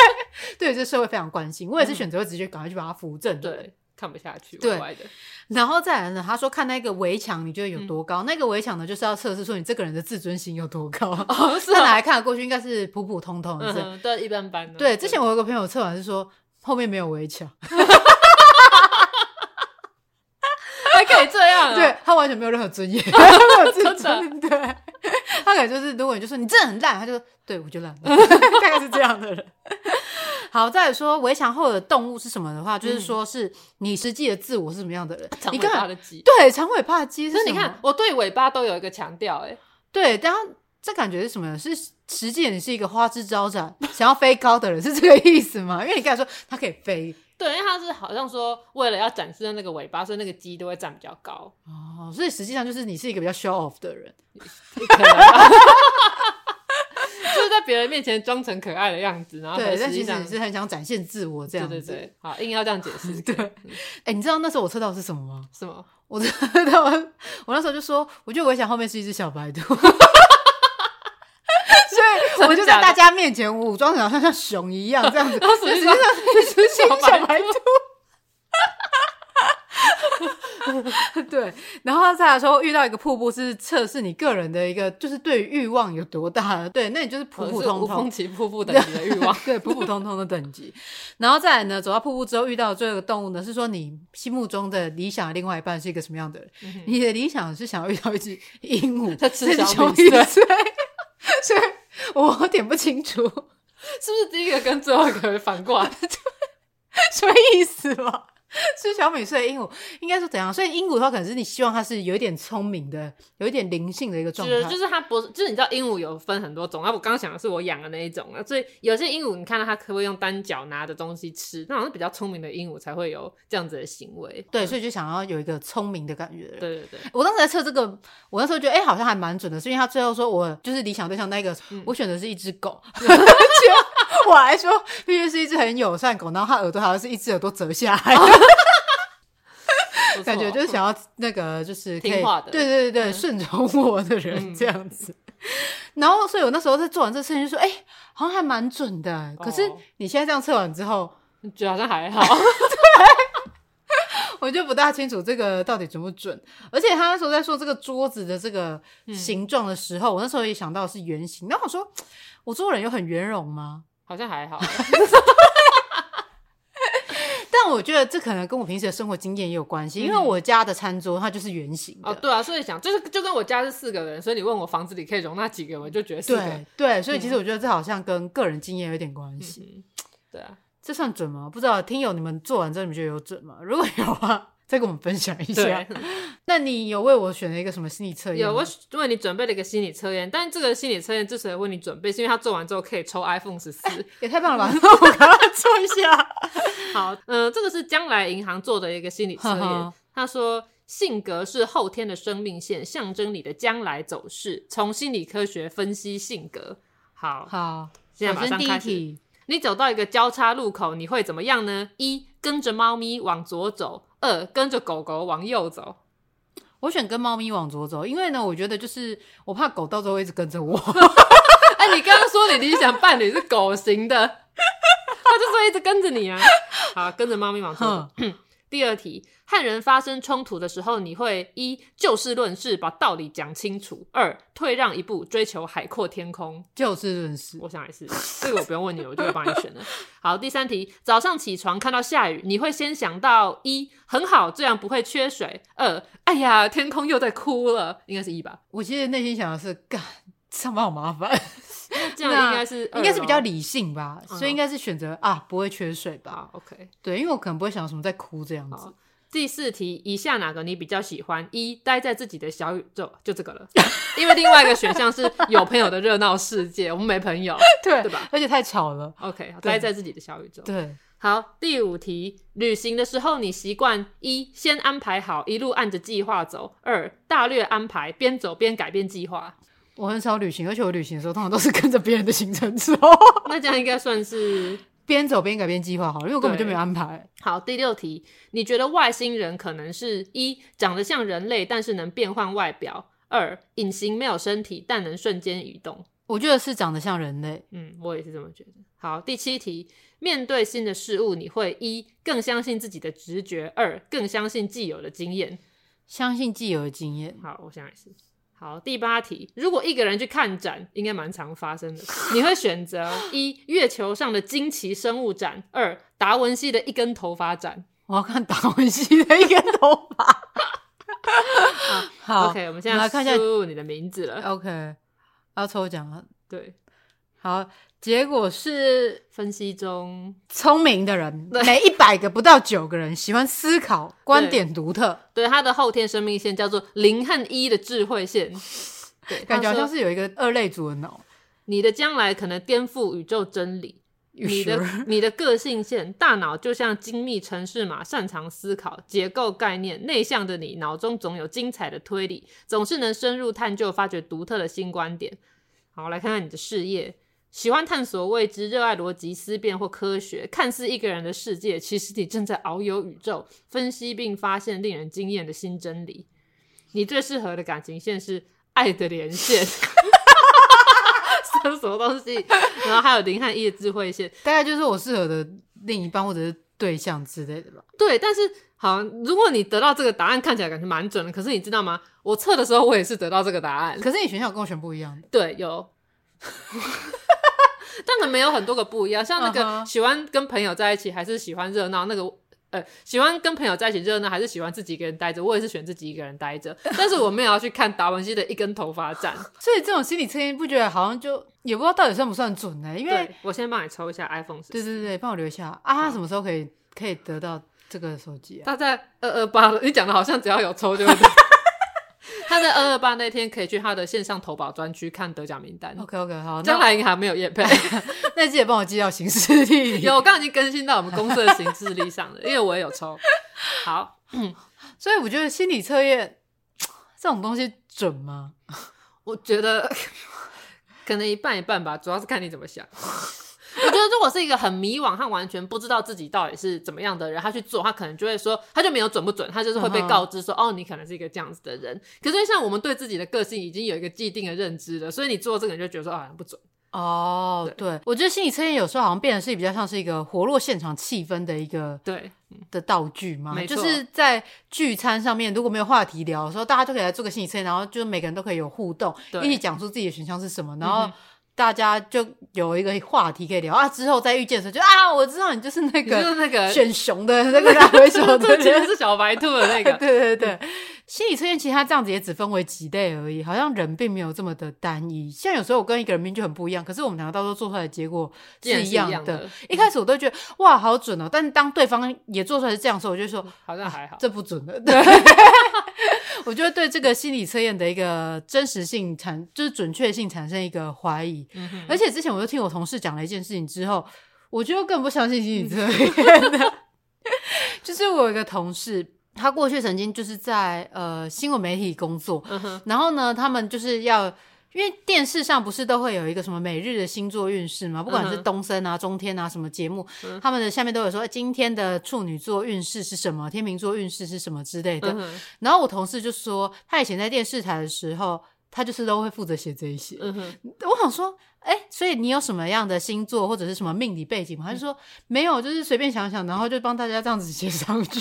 Speaker 1: 对这社会非常关心，我也是
Speaker 2: 嗯
Speaker 1: 选择会直接赶快去把它扶正的人。
Speaker 2: 对，看不下去，
Speaker 1: 对
Speaker 2: 歪歪的，
Speaker 1: 然后再来呢，他说看那个围墙，你觉得
Speaker 2: 嗯
Speaker 1: 有多高？那个围墙呢，就是要测试说你这个人的自尊心有多高。
Speaker 2: 哦，是
Speaker 1: 那哪
Speaker 2: 啊，
Speaker 1: 来看得过去？应该是普普通通的
Speaker 2: 嗯
Speaker 1: 这样。
Speaker 2: 哼，对，一般般的。
Speaker 1: 对，之前我有个朋友测完是说后面没有围墙，
Speaker 2: 还可以这样啊，
Speaker 1: 对他完全没有任何尊 严，没有自尊，
Speaker 2: 真
Speaker 1: 对。他可能就是，如果你就说你真的很烂，他就说对我就烂， 大概是这样的人。好，再来说围墙后的动物是什么的话，就是说是你实际的自我是什么样的人，
Speaker 2: 嗯长
Speaker 1: 你
Speaker 2: 尾
Speaker 1: 根
Speaker 2: 巴
Speaker 1: 本
Speaker 2: 的鸡。
Speaker 1: 对长尾巴的鸡是
Speaker 2: 所以
Speaker 1: 什
Speaker 2: 你
Speaker 1: 么
Speaker 2: 看，，我对尾巴都有一个强调，哎，
Speaker 1: 对，但他这感觉是什么呢？是实际你是一个花枝招展、 想要飞高的人，是这个意思吗？因为你刚才说它可以飞
Speaker 2: 对，因为它是好像说为了要展示那个尾巴，所以那个鸡都会站比较 高。
Speaker 1: 哦，所以实际上就是你是一个比较 show off 的人。
Speaker 2: 可能吧就是在别人面前装成可爱的样子，然后
Speaker 1: 对，
Speaker 2: 可是
Speaker 1: 但
Speaker 2: 啊实
Speaker 1: 其
Speaker 2: 际
Speaker 1: 实
Speaker 2: 上
Speaker 1: 你是很想展现自我这
Speaker 2: 对
Speaker 1: 样子。
Speaker 2: 对对，好，硬要这样解释
Speaker 1: 对，哎、你知道那时候我测到的是什么吗？
Speaker 2: 什么？
Speaker 1: 我测到，我那时候就说，我觉得我想后面是一只小白兔， 所以我就在大家面前武装成好像像熊一样这样子，
Speaker 2: 然后哦实
Speaker 1: 但实
Speaker 2: 际
Speaker 1: 际
Speaker 2: 上
Speaker 1: 上是一只小 白兔。对，然后再来说遇到一个瀑布是测试你个人的一个，就是对于欲望有多大。对，那你就是普普
Speaker 2: 我是
Speaker 1: 通
Speaker 2: 无
Speaker 1: 通。
Speaker 2: 风，起瀑布等级的欲望
Speaker 1: 对，普普通通的等级。然后再来呢，走到瀑布之后遇到的最后一个动物呢，是说你心目中的理想的另外一半是一个什么样的人？你的理想是想要遇到一只鹦鹉，
Speaker 2: 嗯在吃
Speaker 1: 但是
Speaker 2: 小
Speaker 1: 熊
Speaker 2: 米
Speaker 1: 一
Speaker 2: 穗
Speaker 1: 岁所以我有点不清楚
Speaker 2: 是不是第一个跟最后一个会反过来？
Speaker 1: 什么意思吧。吃小米穗的鹦鹉应该说怎样？所以鹦鹉的话，可能是你希望它是有一点聪明的，有一点灵性的一个状
Speaker 2: 就是
Speaker 1: 态。
Speaker 2: 就是它不是，就是你知道鹦鹉有分很多种，啊，我刚刚想的是我养的那一种啊，所以有些鹦鹉你看到它可不可以用单脚拿着东西吃，那好像比较聪明的鹦鹉才会有这样子的行为。
Speaker 1: 对，所以就想要有一个聪明的感觉的人。
Speaker 2: 嗯对对对，
Speaker 1: 我当时在测这个，我那时候觉得哎、诶好像还蛮准的，是因为他最后说我就是理想对象那个，
Speaker 2: 嗯
Speaker 1: 我选的是一只 狗，结果我还说必须是一只很友善狗，然后它耳朵好像是一只耳朵折下来，
Speaker 2: 哦不错
Speaker 1: 感觉就是想要那个就是可以
Speaker 2: 哦听话的嗯
Speaker 1: 对对对对，顺从我的人这样子。然后，所以我那时候在做完这事情就说，哎、好像还蛮准的。可是
Speaker 2: 哦
Speaker 1: 你现在这样测完之后，
Speaker 2: 觉得好像还好，
Speaker 1: 我就不大清楚这个到底准不准。而且他那时候在说这个桌子的这个
Speaker 2: 嗯
Speaker 1: 形状的时候，我那时候也想到是圆形。然后我说，我做人有很圆融吗？
Speaker 2: 好像还好。啊
Speaker 1: 但我觉得这可能跟我平时的生活经验也有关系，因为我家的餐桌它就是圆形的。
Speaker 2: 嗯哦，对啊，所以想就是就跟我家是四个人，所以你问我房子里可以容纳几个人，我就觉得四个人
Speaker 1: 对。对，所以其实我觉得这好像跟个人经验有点关系。
Speaker 2: 嗯，对啊，
Speaker 1: 这算准吗？不知道听友你们做完之后你们觉得有准吗？如果有啊，再跟我们分享一下
Speaker 2: 对。，
Speaker 1: 那你有为我选了一个什么心理测验吗？
Speaker 2: 有我为你准备了一个心理测验，但这个心理测验之所以为你准备，是因为他做完之后可以抽 iPhone 十四。
Speaker 1: 也太棒了吧！ 那我赶快做一下。
Speaker 2: 好，嗯、这个是将来银行做的一个心理测验
Speaker 1: 哈，
Speaker 2: 他说。性格是后天的生命线，象征你的将来走势。从心理科学分析性格。好，
Speaker 1: 好，
Speaker 2: 现在
Speaker 1: 首
Speaker 2: 马
Speaker 1: 先
Speaker 2: 上
Speaker 1: 第一
Speaker 2: 开始
Speaker 1: 题，
Speaker 2: 你走到一个交叉路口，你会怎么样呢？一，跟着猫咪往左走；二，跟着狗狗往右走。
Speaker 1: 我选跟猫咪往左走，因为呢，我觉得就是我怕狗到时候会一直跟 着我。
Speaker 2: 哎、你刚刚说你理想伴侣是狗型的，他就说一直跟着你啊。好，跟着猫咪往
Speaker 1: 哼
Speaker 2: 左走。第二题，和人发生冲突的时候，你会一就事论事，把道理讲清楚；二退让一步，追求海阔天空。
Speaker 1: 就事论事，
Speaker 2: 我想也是，这个我不用问你了，我就会帮你选了。好，第三题，早上起床看到下雨，你会先想到一很好，这样不会缺水；二哎呀，天空又在哭了，应该是一吧？
Speaker 1: 我其实内心想的是，干上班好麻烦，
Speaker 2: 这样应该是
Speaker 1: 应该是比较
Speaker 2: 理
Speaker 1: 理性吧，
Speaker 2: 嗯
Speaker 1: 所以应该是选择啊不会缺水吧？
Speaker 2: 好，OK。
Speaker 1: 对，因为我可能不会想什么在哭这样子
Speaker 2: 好。第四题，以下哪个你比较喜欢？一，待在自己的小宇宙，就这个了，因为另外一个选项是有朋友的热闹世界，我们没朋友。
Speaker 1: 对
Speaker 2: 对吧？
Speaker 1: 而且太吵了，
Speaker 2: OK，好
Speaker 1: 对
Speaker 2: 待在自己的小宇宙。
Speaker 1: 对，
Speaker 2: 好，第五题，旅行的时候你习惯一先安排好，一路按着计划走；二大略安排，边走边改变计划。
Speaker 1: 我很少旅行，而且我旅行的时候通常都是跟着别人的行程 走，
Speaker 2: 那这样应该算是
Speaker 1: 边走边改变计划好了，因为我根本就没有安排。
Speaker 2: 好。第六题，你觉得外星人可能是一长得像人类，但是能变换外表；二隐形没有身体，但能瞬间移动。
Speaker 1: 我觉得是长得像人类，
Speaker 2: 嗯，我也是这么觉得。好，第七题，面对新的事物，你会一更相信自己的直觉，二更相信既有的经验。
Speaker 1: 相信既有的经验。
Speaker 2: 好，我想也是。好，第八题，如果一个人去看展，应该蛮常发生的。你会选择一月球上的惊奇生物展，二达文西的一根头发展。
Speaker 1: 我要看达文西的一根头发。 好
Speaker 2: OK，我们现
Speaker 1: 我们来
Speaker 2: 在
Speaker 1: 看一下
Speaker 2: 输入你的名字了。
Speaker 1: OK，要抽奖了。
Speaker 2: 对，
Speaker 1: 好，结果是
Speaker 2: 分析中，
Speaker 1: 聪明的人，
Speaker 2: 对
Speaker 1: 每一百个不到九个人喜欢思考，观点独特，
Speaker 2: 对他的后天生命线叫做零和一的智慧线。对，
Speaker 1: 感觉好
Speaker 2: 他说
Speaker 1: 像是有一个二类组的脑。
Speaker 2: 你的将来可能颠覆宇宙真理。你的
Speaker 1: Sure
Speaker 2: 你的个性线，大脑就像精密城市码，擅长思考、结构概念。内向的你，脑中总有精彩的推理，总是能深入探究，发掘独特的新观点。好，来看看你的事业，喜欢探索未知，热爱逻辑思辨或科学。看似一个人的世界，其实你正在遨游宇宙，分析并发现令人惊艳的新真理。你最适合的感情线是爱的连线。 这是什么东西？然后还有零和一的智慧线，
Speaker 1: 大概就是我适合的另一半或者是对象之类的吧。
Speaker 2: 对，但是好，如果你得到这个答案，看起来感觉蛮准的。可是你知道吗？我测的时候，我也是得到这个答案。
Speaker 1: 可是你选项跟我选不一样的，
Speaker 2: 对，有， 但可能没有很多个不一样。像那
Speaker 1: 嗯
Speaker 2: 个
Speaker 1: 哼
Speaker 2: 喜欢跟朋友在一起，还是喜欢热闹那个。呃，喜欢跟朋友在一起热闹，还是喜欢自己一个人待着？我也是选自己一个人待着，但是我没有要去看达文西的一根头发展。
Speaker 1: 所以这种心理测验不觉得好像就也不知道到底算不算准呢、 因为
Speaker 2: 对，我先帮你抽一下 iPhone 十
Speaker 1: 对对对，帮我留一下啊，他什么时候可以可以得到这个手机啊？
Speaker 2: 他在二二八，你讲的好像只要有抽就会得。他在二二八那天可以去他的线上投保专区看得奖名单。
Speaker 1: OK OK，好，
Speaker 2: 将
Speaker 1: 哦那
Speaker 2: 来银行没有业配，
Speaker 1: 那记得帮我寄到行事历里。
Speaker 2: 有我刚刚已经更新到我们公司的行事历上了，因为我也有抽。好，
Speaker 1: 所以我觉得心理测验这种东西准吗？
Speaker 2: 我觉得 可能一半一半吧，主要是看你怎么想。 我觉得如果是一个很迷惘和完全不知道自己到底是怎么样的人，他去做，他可能就会说，他就没有准不准，他就是会被
Speaker 1: 嗯哼
Speaker 2: 告知说，哦，你可能是一个这样子的人。可是像我们对自己的个性已经有一个既定的认知了，所以你做这个你就觉得说，啊，不准。
Speaker 1: 哦，对，我觉得心理测验有时候好像变得是比较像是一个活络现场气氛的一个
Speaker 2: 对，
Speaker 1: 的道具嘛，
Speaker 2: 没错
Speaker 1: 就是在聚餐上面如果没有话题聊的时候，大家就可以来做个心理测验，然后就每个人都可以有互动，
Speaker 2: 对
Speaker 1: 一起讲出自己的选项是什么，然后。大家就有一个话题可以聊啊，之后再遇见的时候就啊，我知道你就是那
Speaker 2: 你就是
Speaker 1: 个
Speaker 2: 那个
Speaker 1: 选熊的那个大灰熊的
Speaker 2: 这其实
Speaker 1: 人，
Speaker 2: 是小白兔的 那个。
Speaker 1: 对 对对，
Speaker 2: 嗯
Speaker 1: 心理测验其实它这样子也只分为几类而已，好像人并没有这么的单一。像有时候我跟一个人明明就很不一样，可是我们两个到时候做出来的结果
Speaker 2: 竟然
Speaker 1: 是
Speaker 2: 是一
Speaker 1: 样
Speaker 2: 样的
Speaker 1: 一开始我都觉得哇好准哦，但当对方也做出来是这样的时候，我就说
Speaker 2: 好像还好，
Speaker 1: 这不准的。对，我就会对这个心理测验的一个真实性产，就是准确性产生一个怀疑。
Speaker 2: 嗯哼
Speaker 1: 而且之前我就听我同事讲了一件事情之后，我就更不相信心理测验 的。就是我有一个同事，他过去曾经就是在呃新闻媒体工作，
Speaker 2: 嗯哼，
Speaker 1: 然后呢，他们就是要，因为电视上不是都会有一个什么每日的星座运势嘛，不管是
Speaker 2: 嗯哼
Speaker 1: 东森啊、中天啊什么节目，
Speaker 2: 嗯
Speaker 1: 他们的下面都有说哎今天的处女座运势是什么，天秤座运势是什么之类的。
Speaker 2: 嗯哼，
Speaker 1: 然后我同事就说，他以前在电视台的时候，他就是都会负责写这一些。
Speaker 2: 嗯 哼，
Speaker 1: 我想说，哎、所以你有什么样的星座或者是什么命理背景吗？他就说没有，就是随便想想，然后就帮大家这样子写上去。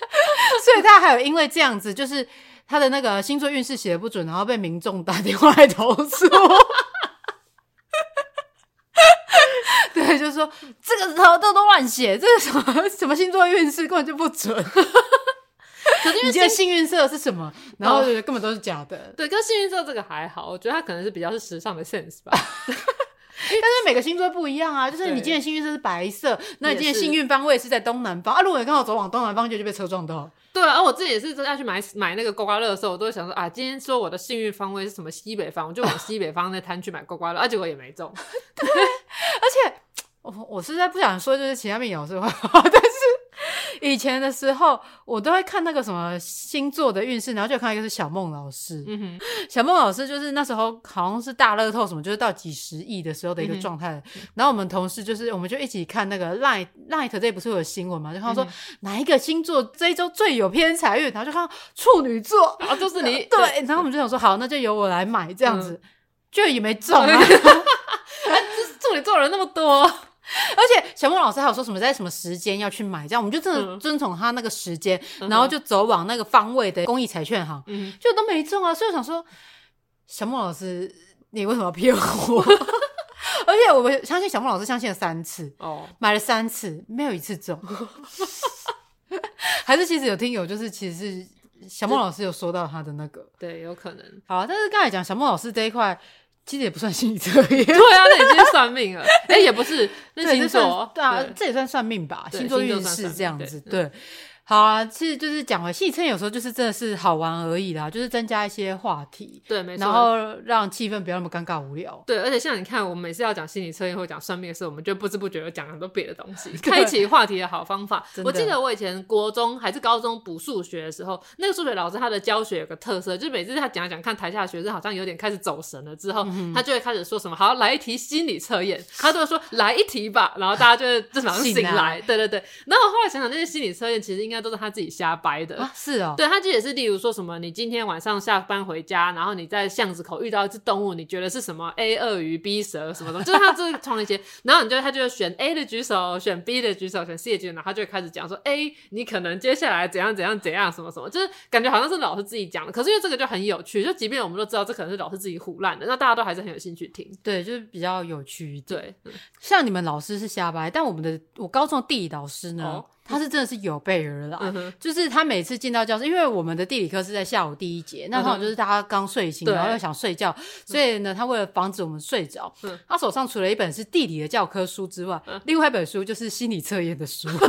Speaker 1: 所以他还有因为这样子，就是他的那个星座运势写的不准，然后被民众打电话来投诉。 对，就说这个头都都乱写，这个什么什么星座运势根本就不准。
Speaker 2: 可是因
Speaker 1: 你
Speaker 2: 为
Speaker 1: 记得幸运色是什么？然后根本都是假的。
Speaker 2: 对，跟幸运色这个还好，我觉得它可能是比较是时尚的 sense 吧。
Speaker 1: 但是每个星座不一样啊，就是你今天的幸运色是白色，那你今天幸运方位是在东南方啊。如果你刚好走往东南方，就就被车撞到。
Speaker 2: 对啊，而我自己也是真要去买买那个刮刮乐的时候，我都会想说啊，今天说我的幸运方位是什么西北方，我就往西北方那摊去买刮刮乐，啊，结果也没中。
Speaker 1: 而且我哦我是在不想说，就是其他面有是坏话， 但是以前的时候，我都会看那个什么星座的运势，然后就有看到一个是小梦老师，
Speaker 2: 嗯哼，
Speaker 1: 小梦老师就是那时候好像是大乐透什么，就是到几十亿的时候的一个状态。然后我们同事就是，我们就一起看那个 Light Light 这不是有新闻嘛？就看到说、
Speaker 2: 嗯
Speaker 1: 哪一个星座这一周最有偏财运，然后就看到处女座，
Speaker 2: 然后哦就是你
Speaker 1: 对，然后我们就想说好，那就由我来买这样子，
Speaker 2: 嗯
Speaker 1: 就也 没中、
Speaker 2: 哎
Speaker 1: 啊。
Speaker 2: 助理做人那么多，
Speaker 1: 而且小梦老师还有说什么在什么时间要去买，这样我们就真的
Speaker 2: 嗯
Speaker 1: 遵从他那个时间，
Speaker 2: 嗯哼
Speaker 1: 然后就走往那个方位的公益彩券行，
Speaker 2: 嗯，
Speaker 1: 就都没中啊。所以我想说，小梦老师，你为什么要骗我？ 而且我们相信小梦老师相信了三次，
Speaker 2: 哦，
Speaker 1: 买了三次，没有一次 中。 还是其实有听友就是其实是小梦老师有说到他的那个
Speaker 2: 对，有可能。
Speaker 1: 好啊，但是刚才讲小梦老师这一块，其实也不算心理测 验。
Speaker 2: 对啊，那已经是算命了，哎、也不是，那
Speaker 1: 对
Speaker 2: 星
Speaker 1: 这算
Speaker 2: 座，
Speaker 1: 对啊
Speaker 2: 对，
Speaker 1: 这也算算命吧，
Speaker 2: 对
Speaker 1: 星座
Speaker 2: 星座
Speaker 1: 运
Speaker 2: 算
Speaker 1: 势
Speaker 2: 算
Speaker 1: 这样
Speaker 2: 命
Speaker 1: 子，
Speaker 2: 对
Speaker 1: 对。好啊，其实就是讲回戏称，有时候就是真的是好玩而已啦，就是增加一些话题，
Speaker 2: 对，没错。
Speaker 1: 然后让气氛不要那么尴尬无聊。
Speaker 2: 对，而且像你看，我们每次要讲心理测验或讲算命的时候，我们就不知不觉有讲很多别的东 西，开启话题的好方法
Speaker 1: 真。的
Speaker 2: 我记得我以前国中还是高中补数学的时候，那个数学老师他的教学有个特色，就是每次他讲一讲，看台下的学生好像有点开始走神了之后，
Speaker 1: 嗯
Speaker 2: 他就会开始说什么“好，来一题心理测验”，他就会说“来一题吧”，然后大家就会就马上
Speaker 1: 醒
Speaker 2: 醒
Speaker 1: 来
Speaker 2: 来。对对对。然后我后来想想，那些心理测验其实应该都是他自己瞎掰的。
Speaker 1: 啊，是哦，
Speaker 2: 对，他这也是，例如说什么，你今天晚上下班回家，然后你在巷子口遇到一只动物，你觉得是什么？A 鳄鱼，B 蛇，什么东西？就是 他这从了一些，然后你就他就会选 A 的举手，选 B 的举手，选 C 的举手，然后他就会开始讲说 A，你可能接下来怎样怎样怎样，什么什么，就是感觉好像是老师自己讲的。可是因为这个就很有趣，就即便我们都知道这可能是老师自己胡乱的，那大家都还是很有兴趣听。
Speaker 1: 对，就是比较有趣一点。
Speaker 2: 对，嗯
Speaker 1: 像你们老师是瞎掰，但我们的我高中的地理老师呢，
Speaker 2: 哦
Speaker 1: 他是真的是有备而来。
Speaker 2: 嗯哼，
Speaker 1: 就是他每次进到教室，因为我们的地理课是在下午第一节，那
Speaker 2: 嗯哼
Speaker 1: 通常就是大家刚睡醒，
Speaker 2: 对
Speaker 1: 然后又想睡觉，所以呢，他为了防止我们睡着，
Speaker 2: 嗯
Speaker 1: 他手上除了一本是地理的教科书之外，另外一本书就是心理测验的 书。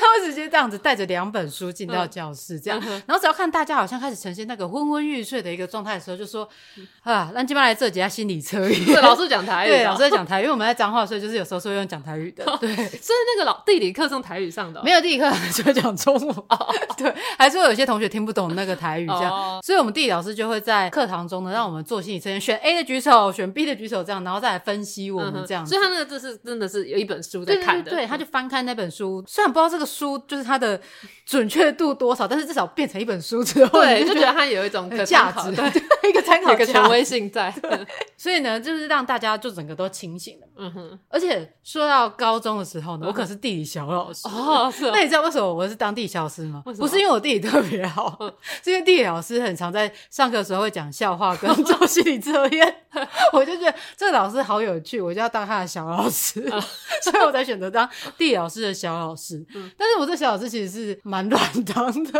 Speaker 1: 他会直接这样子带着两本书进到教室，
Speaker 2: 嗯
Speaker 1: 这样，然后只要看大家好像开始呈现那个昏昏欲睡的一个状态的时候，就说啊，那今天来这几下心理测验。
Speaker 2: 嗯对，老师讲台语哦的，
Speaker 1: 对，老师在讲台语，因为我们在彰化，所以就是有时候是会用讲台语 的。对，
Speaker 2: 所以那个老地理课是用台语上的哦、
Speaker 1: 没有地理课就讲中文，哦对，还是会有些同学听不懂那个台语这样，
Speaker 2: 哦
Speaker 1: 所以我们地理老师就会在课堂中呢，让我们做心理测验，选 A 的举手，选 B 的举手这样，然后再来分析我
Speaker 2: 嗯
Speaker 1: 们
Speaker 2: 哼
Speaker 1: 这样子。
Speaker 2: 所以他那个字是真的是有一本书在
Speaker 1: 对对
Speaker 2: 看的，
Speaker 1: 对对，他就翻开那本书，虽然不知道这个书就是它的准确度多少，但是至少变成一本书之后，
Speaker 2: 对，
Speaker 1: 你
Speaker 2: 就
Speaker 1: 就
Speaker 2: 觉得它有一种可
Speaker 1: 有价
Speaker 2: 参考
Speaker 1: 值，
Speaker 2: 对，
Speaker 1: 对，一个参考
Speaker 2: 有个权
Speaker 1: 价。
Speaker 2: 威性在。
Speaker 1: 所以呢，就是让大家就整个都清醒了。
Speaker 2: 嗯哼，
Speaker 1: 而且说到高中的时候呢，我可是地理小老师
Speaker 2: 哦，是
Speaker 1: 那
Speaker 2: 哦，
Speaker 1: 你知道为什么我是当地理小老师吗？
Speaker 2: 为什么嗯
Speaker 1: 不是因为我地理特别好，是因为地理老师很常在上课的时候会讲笑话跟 做心理测 验，我就觉得这个老师好有趣，我就要当他的小老师，
Speaker 2: 嗯
Speaker 1: 所以我才选择当地理老师的小老师。
Speaker 2: 嗯
Speaker 1: 但是我这小老师其实是蛮 乱当的，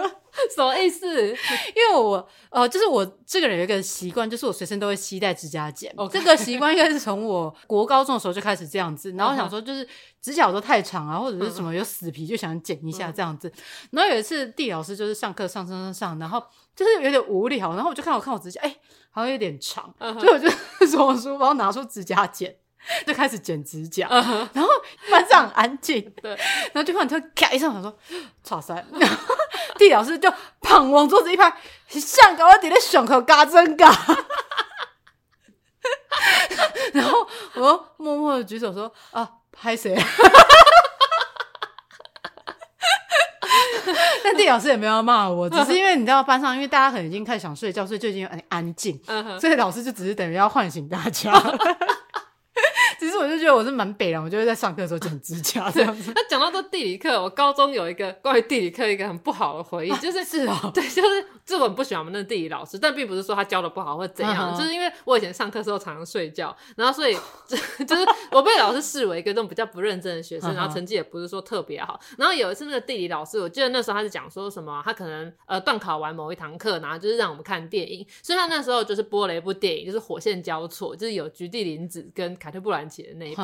Speaker 2: 什么意思？
Speaker 1: 因为我呃，就是我这个人有一个习惯，就是我随身都会携带指甲剪。
Speaker 2: OK
Speaker 1: 这个习惯应该是从我国高中的时候就开始这样子，然后想说就是指甲有时候太长啊，或者是什么有死皮，就想剪一下这样子。然后有一次地理老师就是上课上上上上，然后就是有点无聊，然后我就看我看我指甲，哎、好像有点长，
Speaker 2: 嗯哼
Speaker 1: 所以我就 从我书包拿出指甲剪。就开始剪指甲然后班上很安静，
Speaker 2: 嗯 对，
Speaker 1: 然后就突然就咔一声，我想说，操塞， 然后地理老师就砰往桌子一拍，像搞我底的胸口嘎真嘎。 然后我就默默的举手说啊，拍谁？ 但地理老师也没有要骂我，只是因为你知道班上，因为大家可能已经开始想睡觉，所以就已经很安静，
Speaker 2: 嗯哼，
Speaker 1: 所以老师就只是等于要唤醒大家。只是我我就觉得我是蛮北然，我就会在上课的时候剪指 甲这样子。
Speaker 2: 那讲到这地理课，我高中有一个关于地理课一个很不好的回忆，就是
Speaker 1: 是哦
Speaker 2: 对，就是就是我很不喜欢我们那个地理老师，但并不是说他教的不好或怎样，
Speaker 1: 嗯哼
Speaker 2: 就是因为我以前上课的时候常常睡觉，然后所以 就就是我被老师视为一个那种比较不认真的学生，
Speaker 1: 嗯哼
Speaker 2: 然后成绩也不是说特别好。然后有一次那个地理老师，我记得那时候他是讲说什么，他可能呃断考完某一堂课，然后就是让我们看电影，所以他那时候就是播了一部电影，就是《火线交错》，就是有菊地凛子跟凯特·布兰奇的那一部。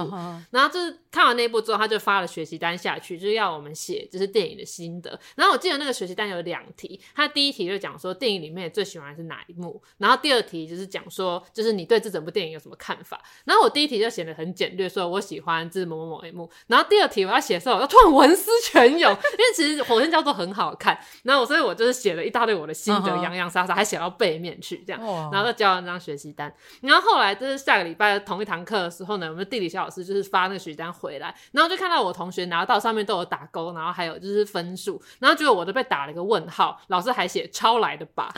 Speaker 2: 然后就是看完那一部之后，他就发了学习单下去，就是要我们写就是电影的心得。然后我记得那个学习单有两题，他第一题就讲说电影里面最喜欢的是哪一幕，然后第二题就是讲说就是你对这整部电影有什么看法。然后我第一题就写的很简略，说我喜欢就是某某某一幕。然后第二题我要写的时候，我就突然文思泉涌，因为其实《火线叫做很好看，然后我所以我就是写了一大堆我的心得
Speaker 1: 嗯，哼
Speaker 2: 洋洋洒洒，还写到背面去这样。
Speaker 1: 哇
Speaker 2: 然后就交了那张学习单。然后后来就是下个礼拜同一堂课的时候呢，我们地理小老师就是发那个学习单回来，然后就看到我同学拿到上面都有打勾，然后还有就是分数，然后结果我都被打了一个问号，老师还写抄来的吧。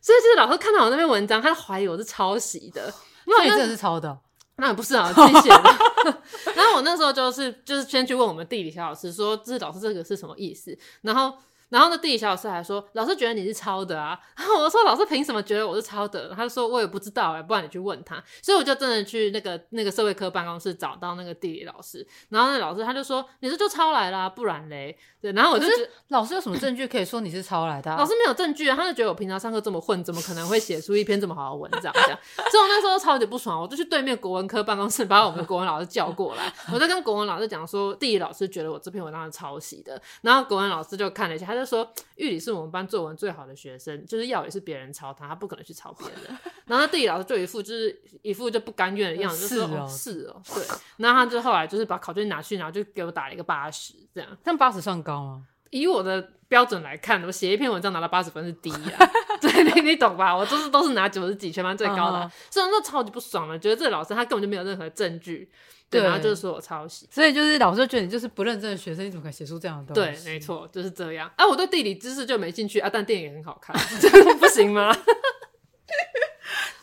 Speaker 2: 所以就是老师看到我那篇文章，他就怀疑我是抄袭的，因
Speaker 1: 所
Speaker 2: 为我
Speaker 1: 以
Speaker 2: 那
Speaker 1: 真的是抄的哦，
Speaker 2: 那也不是啊，自己写的。 然后我那时候就是就是先去问我们地理小老师说，这老师这个是什么意思？然后然后那地理小老师还说，老师觉得你是抄的啊。 然后我说，老师凭什么觉得我是抄的？他就说我也不知道哎、不然你去问他。所以我就真的去那个那个社会科办公室找到那个地理老师，然后那老师他就说你这就抄来啦、不然嘞。对，然后我就觉得
Speaker 1: 老师有什么证据可以说你是抄来的啊？
Speaker 2: 老师没有证据啊，他就觉得我平常上课这么混，怎么可能会写出一篇这么好的文章？这样， 所以我那时候超级不爽，我就去对面国文科办公室把我们的国文老师叫过来，我就跟国文老师讲说，地理老师觉得我这篇文章是抄袭的，然后国文老师就看了一下，他就说，玉里是我们班作文最好的学生，就是要也是别人抄他，他不可能去抄别人。然后地理老师就一副就是一副就不甘愿的样子，就说
Speaker 1: 是哦
Speaker 2: 哦是哦，对。然后他就后来就是把考卷拿去，然后就给我打了一个八十这样。
Speaker 1: 但八十算高吗？
Speaker 2: 以我的标准来看，我写一篇文章拿到八十分是低啊。 对，你你懂吧？我就是都是拿九十几，全班最高的
Speaker 1: 嗯
Speaker 2: 啊，所以我那超级不爽了，觉得这个老师他根本就没有任何证据，对，
Speaker 1: 对
Speaker 2: 然后就是说我抄袭。
Speaker 1: 所以就是老师就觉得你就是不认真的学生，你怎么可以写出这样的东
Speaker 2: 对
Speaker 1: 西？，
Speaker 2: 没。错，就是这样。啊，我对地理知识就没兴趣啊，但电影也很好看， 这样不行吗？